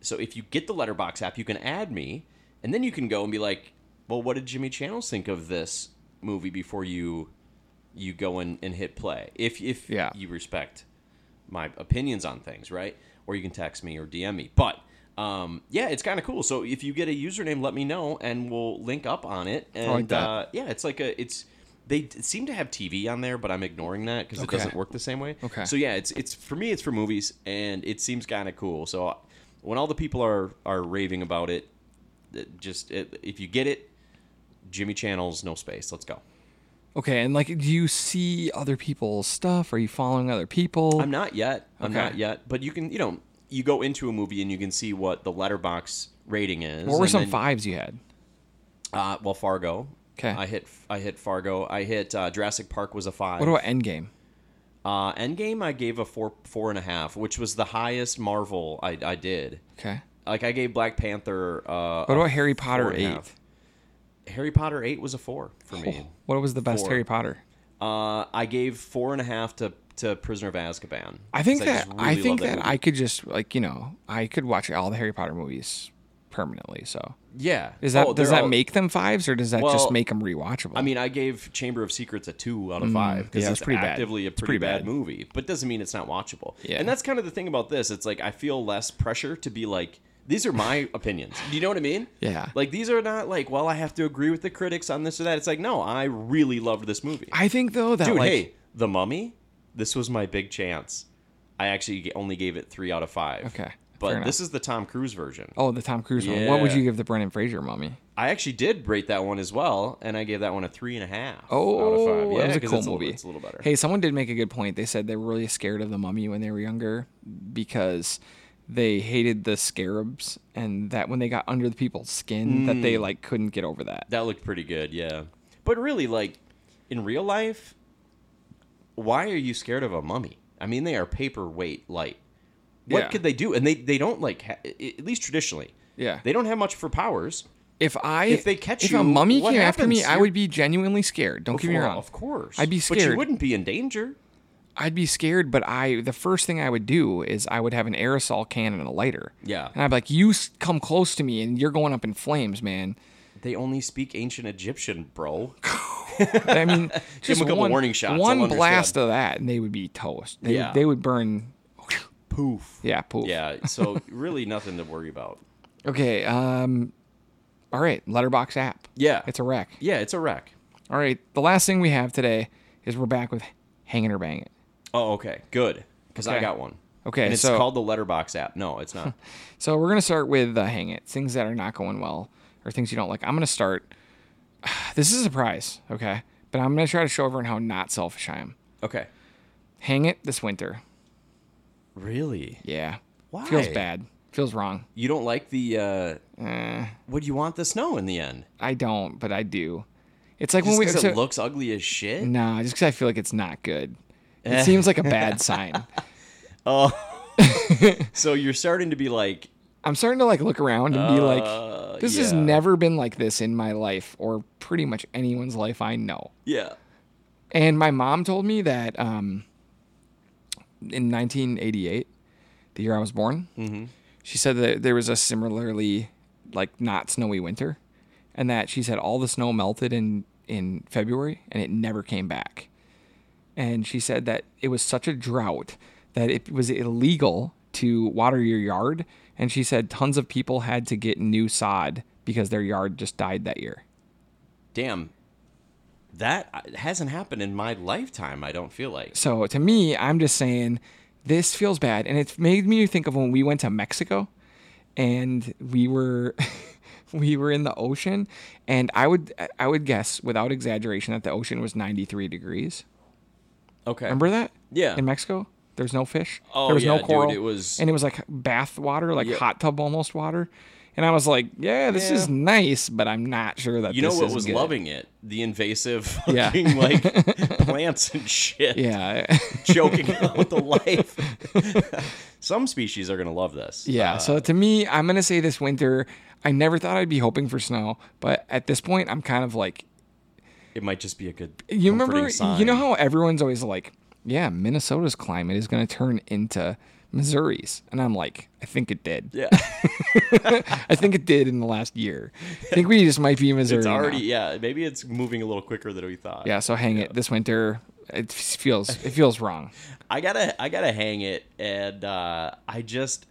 Speaker 2: So if you get the Letterbox app, you can add me, and then you can go and be like, well, what did Jimmy Channels think of this movie before you you go and, and hit play if if
Speaker 1: Yeah.
Speaker 2: you respect my opinions on things, right? Or you can text me or DM me. But um, yeah, it's kind of cool. So if you get a username, let me know, and we'll link up on it. And
Speaker 1: like that.
Speaker 2: Uh, yeah, it's like a it's they d- seem to have TV on there, but I'm ignoring that because
Speaker 1: Okay.
Speaker 2: it doesn't work the same way.
Speaker 1: Okay.
Speaker 2: So yeah, it's it's for me, it's for movies, and it seems kind of cool. So uh, when all the people are are raving about it, it just it, if you get it, Jimmy Channels, no space. Let's go.
Speaker 1: Okay, and like, do you see other people's stuff? Are you following other people?
Speaker 2: I'm not yet. I'm
Speaker 1: Okay.
Speaker 2: not yet. But you can, you know, you go into a movie and you can see what the letterbox rating is.
Speaker 1: what were
Speaker 2: and
Speaker 1: some
Speaker 2: then-
Speaker 1: fives you had?
Speaker 2: Uh, well, Fargo.
Speaker 1: 'Kay.
Speaker 2: I hit. I hit Fargo. I hit uh, Jurassic Park was a five.
Speaker 1: What about Endgame?
Speaker 2: uh, Endgame? I gave a four, four and a half, which was the highest Marvel I, I did.
Speaker 1: Okay.
Speaker 2: Like I gave Black Panther. Uh,
Speaker 1: What
Speaker 2: a
Speaker 1: about Harry Potter
Speaker 2: four and a
Speaker 1: eight?
Speaker 2: half. Harry Potter eight was a four for me.
Speaker 1: What was the best
Speaker 2: Four.
Speaker 1: Harry Potter?
Speaker 2: Uh, I gave four and a half to to Prisoner of Azkaban.
Speaker 1: I think
Speaker 2: 'Cause
Speaker 1: that
Speaker 2: just
Speaker 1: I,
Speaker 2: really
Speaker 1: think
Speaker 2: love
Speaker 1: that,
Speaker 2: movie.
Speaker 1: I could just like you know I could watch all the Harry Potter movies permanently. So
Speaker 2: yeah.
Speaker 1: is that
Speaker 2: Oh,
Speaker 1: does
Speaker 2: they're
Speaker 1: that
Speaker 2: all-
Speaker 1: make them fives or does that just
Speaker 2: Well,
Speaker 1: make them rewatchable?
Speaker 2: I mean, I gave Chamber of Secrets a two
Speaker 1: Mm,
Speaker 2: out of five because
Speaker 1: yeah,
Speaker 2: it's
Speaker 1: it's pretty bad.
Speaker 2: actively a
Speaker 1: It's
Speaker 2: pretty,
Speaker 1: pretty
Speaker 2: bad.
Speaker 1: bad.
Speaker 2: movie, but doesn't mean it's not watchable.
Speaker 1: Yeah.
Speaker 2: And that's kind of the thing about this. It's like I feel less pressure to be like these are
Speaker 1: [LAUGHS]
Speaker 2: my opinions. Do you know what I mean?
Speaker 1: Yeah.
Speaker 2: Like these are not like well I have to agree with the critics on this or that. It's like no, I really loved this movie.
Speaker 1: I think though that
Speaker 2: Dude,
Speaker 1: like
Speaker 2: hey, The Mummy. This was my big chance. I actually g- only gave it three out of five.
Speaker 1: Okay, fair
Speaker 2: But
Speaker 1: enough.
Speaker 2: this is the Tom Cruise version.
Speaker 1: oh the Tom Cruise one. What would
Speaker 2: Yeah.
Speaker 1: you give the Brendan Fraser mummy?
Speaker 2: I actually did rate that one as well, and I gave that one a three and a half.
Speaker 1: Oh,
Speaker 2: out of five.
Speaker 1: that was a
Speaker 2: 'cause
Speaker 1: cool
Speaker 2: it's
Speaker 1: movie.
Speaker 2: Little, it's a little better.
Speaker 1: Hey, someone did make a good point. They said they were really scared of the mummy when they were younger because they hated the scarabs and that when they got under the people's skin that
Speaker 2: Mm.
Speaker 1: they like couldn't get over that.
Speaker 2: That looked pretty good, yeah. But really, like in real life, why are you scared of a mummy? I mean, they are paperweight light. What
Speaker 1: Yeah.
Speaker 2: could they do? And they they don't like ha- i- at least traditionally.
Speaker 1: Yeah.
Speaker 2: They don't have much for powers.
Speaker 1: If I
Speaker 2: If they catch
Speaker 1: if
Speaker 2: you,
Speaker 1: a mummy
Speaker 2: what
Speaker 1: came after me,
Speaker 2: happens?
Speaker 1: I
Speaker 2: You're-
Speaker 1: would be genuinely scared. Don't get me
Speaker 2: Well,
Speaker 1: wrong.
Speaker 2: Of course,
Speaker 1: I'd be
Speaker 2: But
Speaker 1: scared.
Speaker 2: you wouldn't be in danger.
Speaker 1: I'd be scared, but I the first thing I would do is I would have an aerosol can and a lighter.
Speaker 2: Yeah.
Speaker 1: and I'd be like, "You s- come close to me, and you're going up in flames, man."
Speaker 2: They only speak ancient Egyptian, bro.
Speaker 1: [LAUGHS] I
Speaker 2: [LAUGHS]
Speaker 1: mean, just
Speaker 2: a couple
Speaker 1: one,
Speaker 2: warning shots,
Speaker 1: One
Speaker 2: I'll
Speaker 1: blast of that, and they would be toast. They,
Speaker 2: Yeah.
Speaker 1: they would burn.
Speaker 2: Poof.
Speaker 1: Yeah, poof.
Speaker 2: Yeah.
Speaker 1: [LAUGHS]
Speaker 2: So really, nothing to worry about.
Speaker 1: Okay. Um. All right. Letterbox app.
Speaker 2: Yeah.
Speaker 1: It's a wreck.
Speaker 2: Yeah, it's a wreck.
Speaker 1: All right. The last thing we have today is we're back with hanging or banging.
Speaker 2: Oh, okay, good. Because I
Speaker 1: Okay.
Speaker 2: got one.
Speaker 1: Okay,
Speaker 2: and it's
Speaker 1: so-
Speaker 2: called the Letterbox app. No,
Speaker 1: [LAUGHS]
Speaker 2: it's not.
Speaker 1: So we're gonna start with uh, hang it, things that are not going well or things you don't like. I'm gonna start. [SIGHS] This is a surprise, okay? But I'm gonna try to show everyone how not selfish I am.
Speaker 2: okay.
Speaker 1: Hang it this winter.
Speaker 2: Really?
Speaker 1: Yeah.
Speaker 2: Why?
Speaker 1: Feels bad. Feels wrong.
Speaker 2: You don't like the? uh
Speaker 1: Mm.
Speaker 2: Would you want the snow in the end?
Speaker 1: I don't, but I do. It's like
Speaker 2: Just
Speaker 1: when we Mm.
Speaker 2: 'cause
Speaker 1: so-
Speaker 2: it looks ugly as shit.
Speaker 1: nah, just because I feel like it's not good.
Speaker 2: Eh.
Speaker 1: It seems like a
Speaker 2: [LAUGHS]
Speaker 1: bad sign.
Speaker 2: So you're starting to be like,
Speaker 1: I'm starting to like look around and be
Speaker 2: Uh,
Speaker 1: like, this has
Speaker 2: yeah.
Speaker 1: never been like this in my life or pretty much anyone's life I know.
Speaker 2: yeah,
Speaker 1: And my mom told me that um, in 1988, the year I was born, she said that there was a similarly like not snowy winter, and that she said all the snow melted in in February and it never came back. And she said that it was such a drought that it was illegal to water your yard. And she said tons of people had to get new sod because their yard just died that year.
Speaker 2: damn. That hasn't happened in my lifetime. I don't feel like.
Speaker 1: So to me, I'm just saying this feels bad, and it's made me think of when we went to Mexico, and we were [LAUGHS] we were in the ocean, and I would I would guess without exaggeration that the ocean was 93 degrees.
Speaker 2: Okay.
Speaker 1: Remember that?
Speaker 2: Yeah.
Speaker 1: In Mexico, there was no fish.
Speaker 2: Oh,
Speaker 1: there was
Speaker 2: yeah,
Speaker 1: no
Speaker 2: dude,
Speaker 1: coral.
Speaker 2: it was-
Speaker 1: and it was like bath water, like
Speaker 2: Yeah.
Speaker 1: hot tub almost water. And I was like, yeah, this
Speaker 2: Yeah.
Speaker 1: is nice, but I'm not sure that
Speaker 2: You know
Speaker 1: this
Speaker 2: what
Speaker 1: is
Speaker 2: was
Speaker 1: good.
Speaker 2: loving it? The invasive
Speaker 1: [LAUGHS] Yeah.
Speaker 2: fucking like plants and shit. [LAUGHS]
Speaker 1: Yeah. [LAUGHS]
Speaker 2: Joking out the life. [LAUGHS] Some species are gonna love this.
Speaker 1: Yeah. so to me, I'm gonna say this winter. I never thought I'd be hoping for snow, but at this point, I'm kind of like,
Speaker 2: It might just be a good.
Speaker 1: you
Speaker 2: comforting
Speaker 1: remember,
Speaker 2: Sign.
Speaker 1: you know how everyone's always like, yeah, Minnesota's climate is gonna turn into Missouri's, and I'm like, I think it did. [LAUGHS]
Speaker 2: Yeah.
Speaker 1: I think it did in the last year. I think we just might be Missouri.
Speaker 2: [LAUGHS] It's
Speaker 1: now.
Speaker 2: already yeah. Maybe it's moving a little quicker than we thought.
Speaker 1: Yeah. So hang it this winter. It f- feels it feels wrong.
Speaker 2: I gotta I gotta hang it, and uh, I just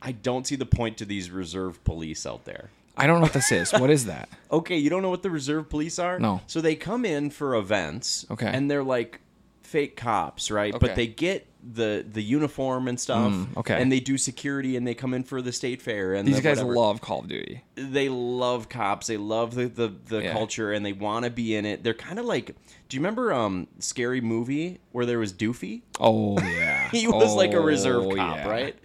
Speaker 2: I don't see the point to these reserve police out there.
Speaker 1: I don't know what this is. What is
Speaker 2: [LAUGHS]
Speaker 1: that?
Speaker 2: Okay, you don't know what the reserve police are?
Speaker 1: No.
Speaker 2: So they come in for events.
Speaker 1: Okay.
Speaker 2: And they're like fake cops, right?
Speaker 1: Okay. Mm,
Speaker 2: But they get the the uniform and stuff.
Speaker 1: okay.
Speaker 2: And they do security and they come in for the state fair and
Speaker 1: These
Speaker 2: the
Speaker 1: guys
Speaker 2: whatever.
Speaker 1: love Call of Duty.
Speaker 2: they love cops. They love the the, the
Speaker 1: Yeah.
Speaker 2: culture and they want to be in it. They're kind of like do you remember um scary movie where there was Doofy? [LAUGHS]
Speaker 1: Oh yeah.
Speaker 2: He was like a reserve
Speaker 1: Oh,
Speaker 2: cop,
Speaker 1: yeah.
Speaker 2: right?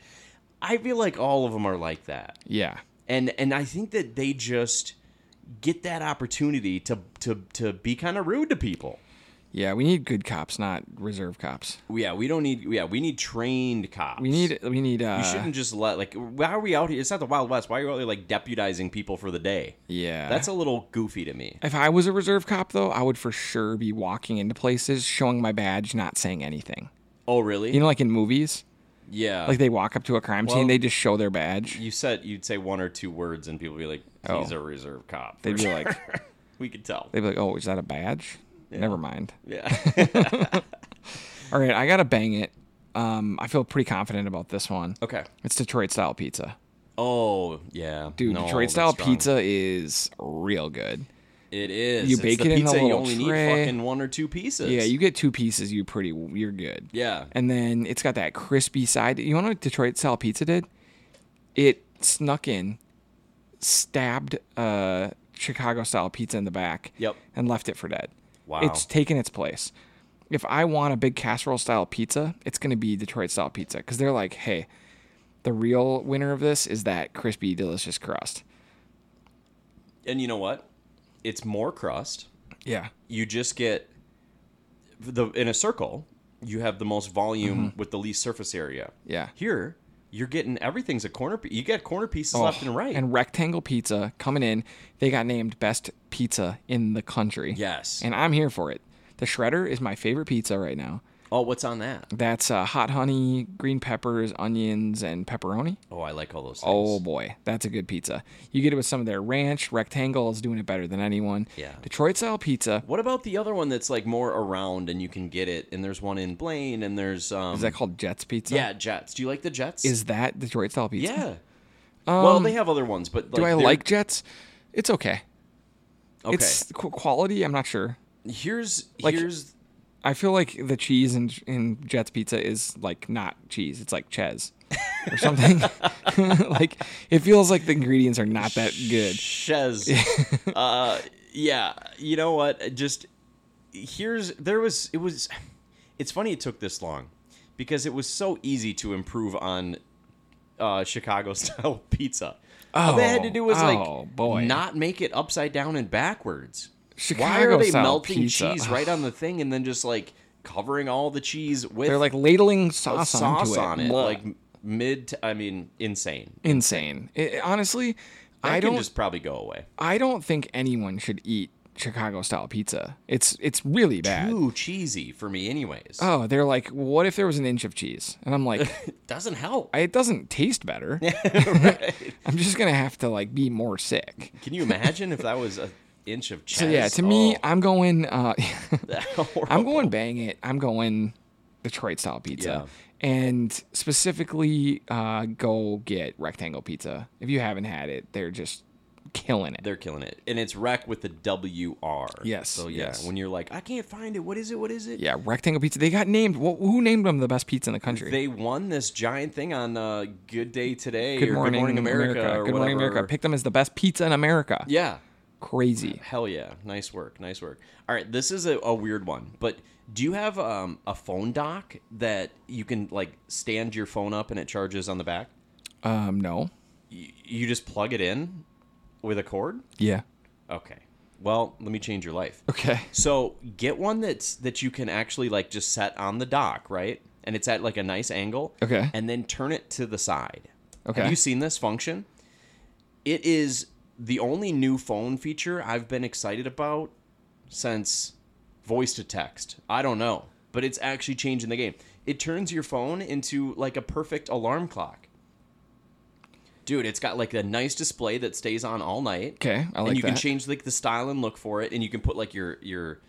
Speaker 2: I feel like all of them are like that
Speaker 1: Yeah.
Speaker 2: and and I think that they just get that opportunity to to to be kind of rude to people.
Speaker 1: Yeah, we need good cops, not reserve cops.
Speaker 2: Yeah, we don't need. Yeah, we need trained cops.
Speaker 1: We need we need uh
Speaker 2: You shouldn't just let like. Why are we out here? It's not the Wild West. Why are you out here like deputizing people for the day?
Speaker 1: yeah.
Speaker 2: That's a little goofy to me.
Speaker 1: if I was a reserve cop though, I would for sure be walking into places showing my badge, not saying anything.
Speaker 2: Oh really?
Speaker 1: You know like in movies,
Speaker 2: yeah.
Speaker 1: like they walk up to a crime
Speaker 2: Well-
Speaker 1: scene, they just show their badge.
Speaker 2: you said you'd say one or two words and people would be like,
Speaker 1: Oh.
Speaker 2: "He's a reserve cop."
Speaker 1: They'd be
Speaker 2: [LAUGHS]
Speaker 1: like
Speaker 2: we could tell.
Speaker 1: they'd be like, "Oh, is that a badge?" Never mind.
Speaker 2: Yeah.
Speaker 1: [LAUGHS] All right, I got to bang it. Um I feel pretty confident about this one.
Speaker 2: okay.
Speaker 1: It's Detroit style pizza.
Speaker 2: Oh yeah,
Speaker 1: Dude,
Speaker 2: No,
Speaker 1: Detroit
Speaker 2: that's
Speaker 1: style
Speaker 2: strong.
Speaker 1: pizza is real good.
Speaker 2: It is.
Speaker 1: You
Speaker 2: It's
Speaker 1: bake
Speaker 2: the
Speaker 1: it in a
Speaker 2: pizza, You
Speaker 1: little
Speaker 2: only
Speaker 1: tray.
Speaker 2: need fucking one or two pieces.
Speaker 1: Yeah, you get two pieces, you pretty you're good.
Speaker 2: Yeah.
Speaker 1: And then it's got that crispy side. You know what Detroit style pizza did? It snuck in, stabbed uh Chicago style pizza in the back.
Speaker 2: Yep.
Speaker 1: And left it for dead.
Speaker 2: Wow.
Speaker 1: It's taken its place. If I want a big casserole style pizza, it's gonna be Detroit style pizza because they're like, hey, the real winner of this is that crispy, delicious crust.
Speaker 2: and you know what? It's more crust.
Speaker 1: Yeah.
Speaker 2: you just get the in a circle you have the most volume with the least surface area
Speaker 1: Mm-hmm. Yeah.
Speaker 2: here you're getting everything's a corner piece you get corner pieces left and right
Speaker 1: Oh, And Rectangle Pizza coming in, they got named best pizza in the country.
Speaker 2: yes
Speaker 1: And I'm here for it. The shredder is my favorite pizza right now.
Speaker 2: oh what's on that
Speaker 1: That's uh, hot honey, green peppers, onions, and pepperoni.
Speaker 2: oh i like all those things
Speaker 1: Oh boy, that's a good pizza. You get it with some of their ranch. Rectangle is doing it better than anyone.
Speaker 2: Yeah.
Speaker 1: Detroit style pizza.
Speaker 2: what about the other one that's like more around and you can get it and there's one in blaine and there's um
Speaker 1: Is that called Jets Pizza?
Speaker 2: yeah jets do you like the jets
Speaker 1: Is that Detroit style pizza?
Speaker 2: yeah well they have other ones but like,
Speaker 1: Do I
Speaker 2: they're-
Speaker 1: like Jets? It's okay.
Speaker 2: okay
Speaker 1: It's qu- quality. I'm not sure.
Speaker 2: here's
Speaker 1: like-
Speaker 2: here's
Speaker 1: I feel like the cheese in in Jets pizza is like not cheese. It's like ches or
Speaker 2: [LAUGHS]
Speaker 1: something. [LAUGHS] like it feels like the ingredients are not that good.
Speaker 2: Shez.
Speaker 1: [LAUGHS]
Speaker 2: uh, yeah, you know what? Just here's there was it was. It's funny it took this long because it was so easy to improve on uh, Chicago [LAUGHS] style pizza. All they had to do was
Speaker 1: Oh,
Speaker 2: like
Speaker 1: boy.
Speaker 2: not make it upside down and backwards. Why
Speaker 1: Chicago
Speaker 2: are they
Speaker 1: style
Speaker 2: melting
Speaker 1: pizza.
Speaker 2: cheese right
Speaker 1: [SIGHS]
Speaker 2: on the thing and then just like covering all the cheese with
Speaker 1: They're like ladling
Speaker 2: a
Speaker 1: sauce,
Speaker 2: sauce
Speaker 1: onto
Speaker 2: on it?
Speaker 1: Blah.
Speaker 2: Like mid, I mean, insane.
Speaker 1: insane. It- it- honestly,
Speaker 2: That
Speaker 1: I
Speaker 2: can
Speaker 1: don't.
Speaker 2: just probably go away.
Speaker 1: I don't think anyone should eat Chicago style pizza. It's it's really bad.
Speaker 2: Too cheesy for me, anyways.
Speaker 1: Oh, they're like, what if there was an inch of cheese? And I'm like,
Speaker 2: [LAUGHS] doesn't help.
Speaker 1: I- it doesn't taste
Speaker 2: [LAUGHS]
Speaker 1: better. [LAUGHS] I'm just gonna have to like be more sick.
Speaker 2: Can you imagine if that was an inch of chest?
Speaker 1: So yeah, to me, I'm going. Uh, [LAUGHS] I'm
Speaker 2: I'm [LAUGHS]
Speaker 1: going bang it. I'm going Detroit style pizza,
Speaker 2: Yeah.
Speaker 1: and specifically uh, go get Rectangle Pizza if you haven't had it. They're just killing it.
Speaker 2: They're killing it, and it's rec with the W R.
Speaker 1: Yes,
Speaker 2: So yeah,
Speaker 1: yes.
Speaker 2: when you're like, I can't find it. What is it? What is it?
Speaker 1: yeah, Rectangle Pizza. They got named. Wh- who named them the best pizza in the country?
Speaker 2: They won this giant thing on uh, Good Day Today
Speaker 1: Good
Speaker 2: or
Speaker 1: morning,
Speaker 2: Good Morning America. Or
Speaker 1: Good morning, America.
Speaker 2: whatever.
Speaker 1: Picked them as the best pizza in America.
Speaker 2: Yeah.
Speaker 1: Crazy.
Speaker 2: Hell yeah. Nice work. Nice work. All right. This is a, a weird one, but do you have um, a phone dock that you can like stand your phone up and it charges on the back?
Speaker 1: Um, no.
Speaker 2: Y- you just plug it in with a cord?
Speaker 1: Yeah.
Speaker 2: Okay. Well, let me change your
Speaker 1: [LAUGHS]
Speaker 2: life.
Speaker 1: Okay.
Speaker 2: So get one that's that you can actually like just set on the dock, right? And it's at like a nice angle.
Speaker 1: Okay.
Speaker 2: And then turn it to the side.
Speaker 1: Okay.
Speaker 2: Have you seen this function? It is the only new phone feature I've been excited about since voice to text. I don't know, but it's actually changing the game. It turns your phone into like a perfect alarm clock. Dude, it's got like a nice display that stays on all night.
Speaker 1: Okay, I like
Speaker 2: And you can
Speaker 1: that.
Speaker 2: change like the style and look for it, and you can put like your your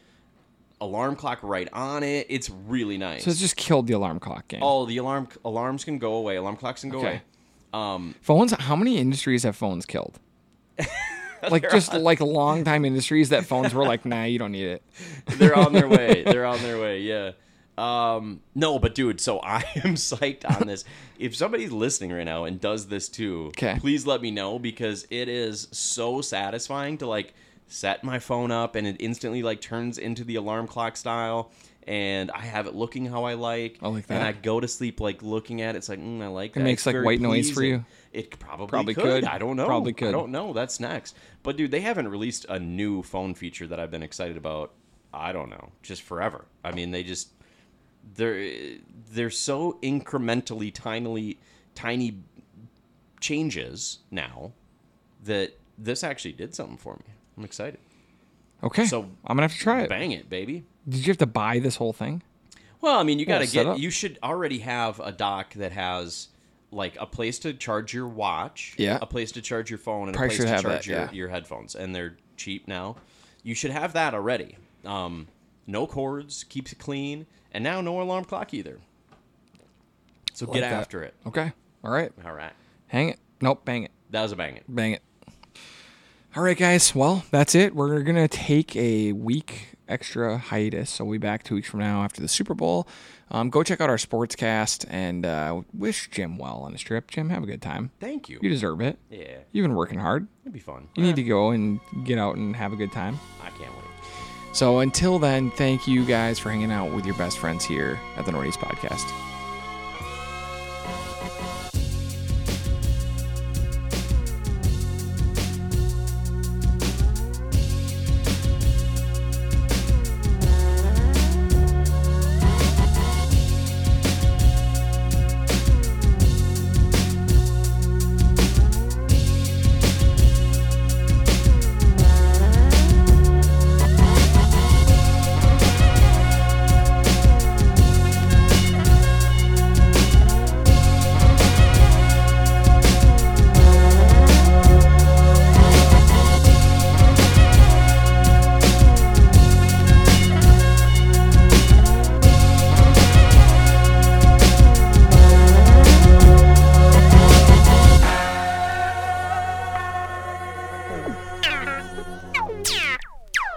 Speaker 2: alarm clock right on it. It's really nice.
Speaker 1: So it's just killed the alarm clock game.
Speaker 2: oh, the alarm alarms can go away. Alarm clocks can go
Speaker 1: Okay.
Speaker 2: away. Um,
Speaker 1: Phones. How many industries have phones
Speaker 2: [LAUGHS]
Speaker 1: killed? like just like long time industries that phones were like, nah, you don't need it.
Speaker 2: they're on
Speaker 1: [LAUGHS]
Speaker 2: their way. They're on their way. Yeah. Um, no, but dude, so [LAUGHS] I am psyched on this. If somebody's listening right now and does this too,
Speaker 1: 'Kay.
Speaker 2: please let me know because it is so satisfying to like set my phone up and it instantly like turns into the alarm clock style and I have it looking how I like.
Speaker 1: I like
Speaker 2: And
Speaker 1: that.
Speaker 2: I go to sleep like looking at it. It's like, mm, I like that.
Speaker 1: makes,
Speaker 2: It's
Speaker 1: like,
Speaker 2: very
Speaker 1: white noise for
Speaker 2: pleasing.
Speaker 1: you?
Speaker 2: It probably,
Speaker 1: Probably
Speaker 2: could.
Speaker 1: could.
Speaker 2: I don't know.
Speaker 1: Probably
Speaker 2: I
Speaker 1: could.
Speaker 2: don't know. That's next. But dude, they haven't released a new phone feature that I've been excited about I don't know, just forever. I mean, they just they're they're so incrementally tiny tiny changes now that this actually did something for me. I'm excited.
Speaker 1: Okay. So
Speaker 2: So,
Speaker 1: I'm gonna have to try it.
Speaker 2: Bang it, baby.
Speaker 1: Did you have to buy this whole thing?
Speaker 2: Well, I mean, you got to
Speaker 1: set
Speaker 2: get
Speaker 1: up.
Speaker 2: you should already have a dock that has like a place to charge your watch,
Speaker 1: Yeah.
Speaker 2: a place to charge your phone and
Speaker 1: Probably
Speaker 2: a
Speaker 1: should
Speaker 2: place to
Speaker 1: have that,
Speaker 2: charge your,
Speaker 1: yeah.
Speaker 2: your headphones and they're cheap now. You should have that already. Um, no cords, keeps it clean, and now no alarm clock either. So
Speaker 1: Like
Speaker 2: get
Speaker 1: that.
Speaker 2: after it.
Speaker 1: Okay. All right.
Speaker 2: All right.
Speaker 1: Hang it. Nope. Bang it.
Speaker 2: That was a bang it.
Speaker 1: Bang it. All right, guys. Well, that's it. We're going to take a week extra hiatus. So we'll be back two weeks from now after the Super Bowl. Um, go check out our sportscast and uh, wish Jim well on his trip. Jim, have a good time.
Speaker 2: Thank you.
Speaker 1: You deserve it.
Speaker 2: Yeah.
Speaker 1: You've been working hard.
Speaker 2: It'd be fun.
Speaker 1: You need to go and get out and have a good time.
Speaker 2: I can't wait.
Speaker 1: So until then, thank you guys for hanging out with your best friends here at the Northeast Podcast.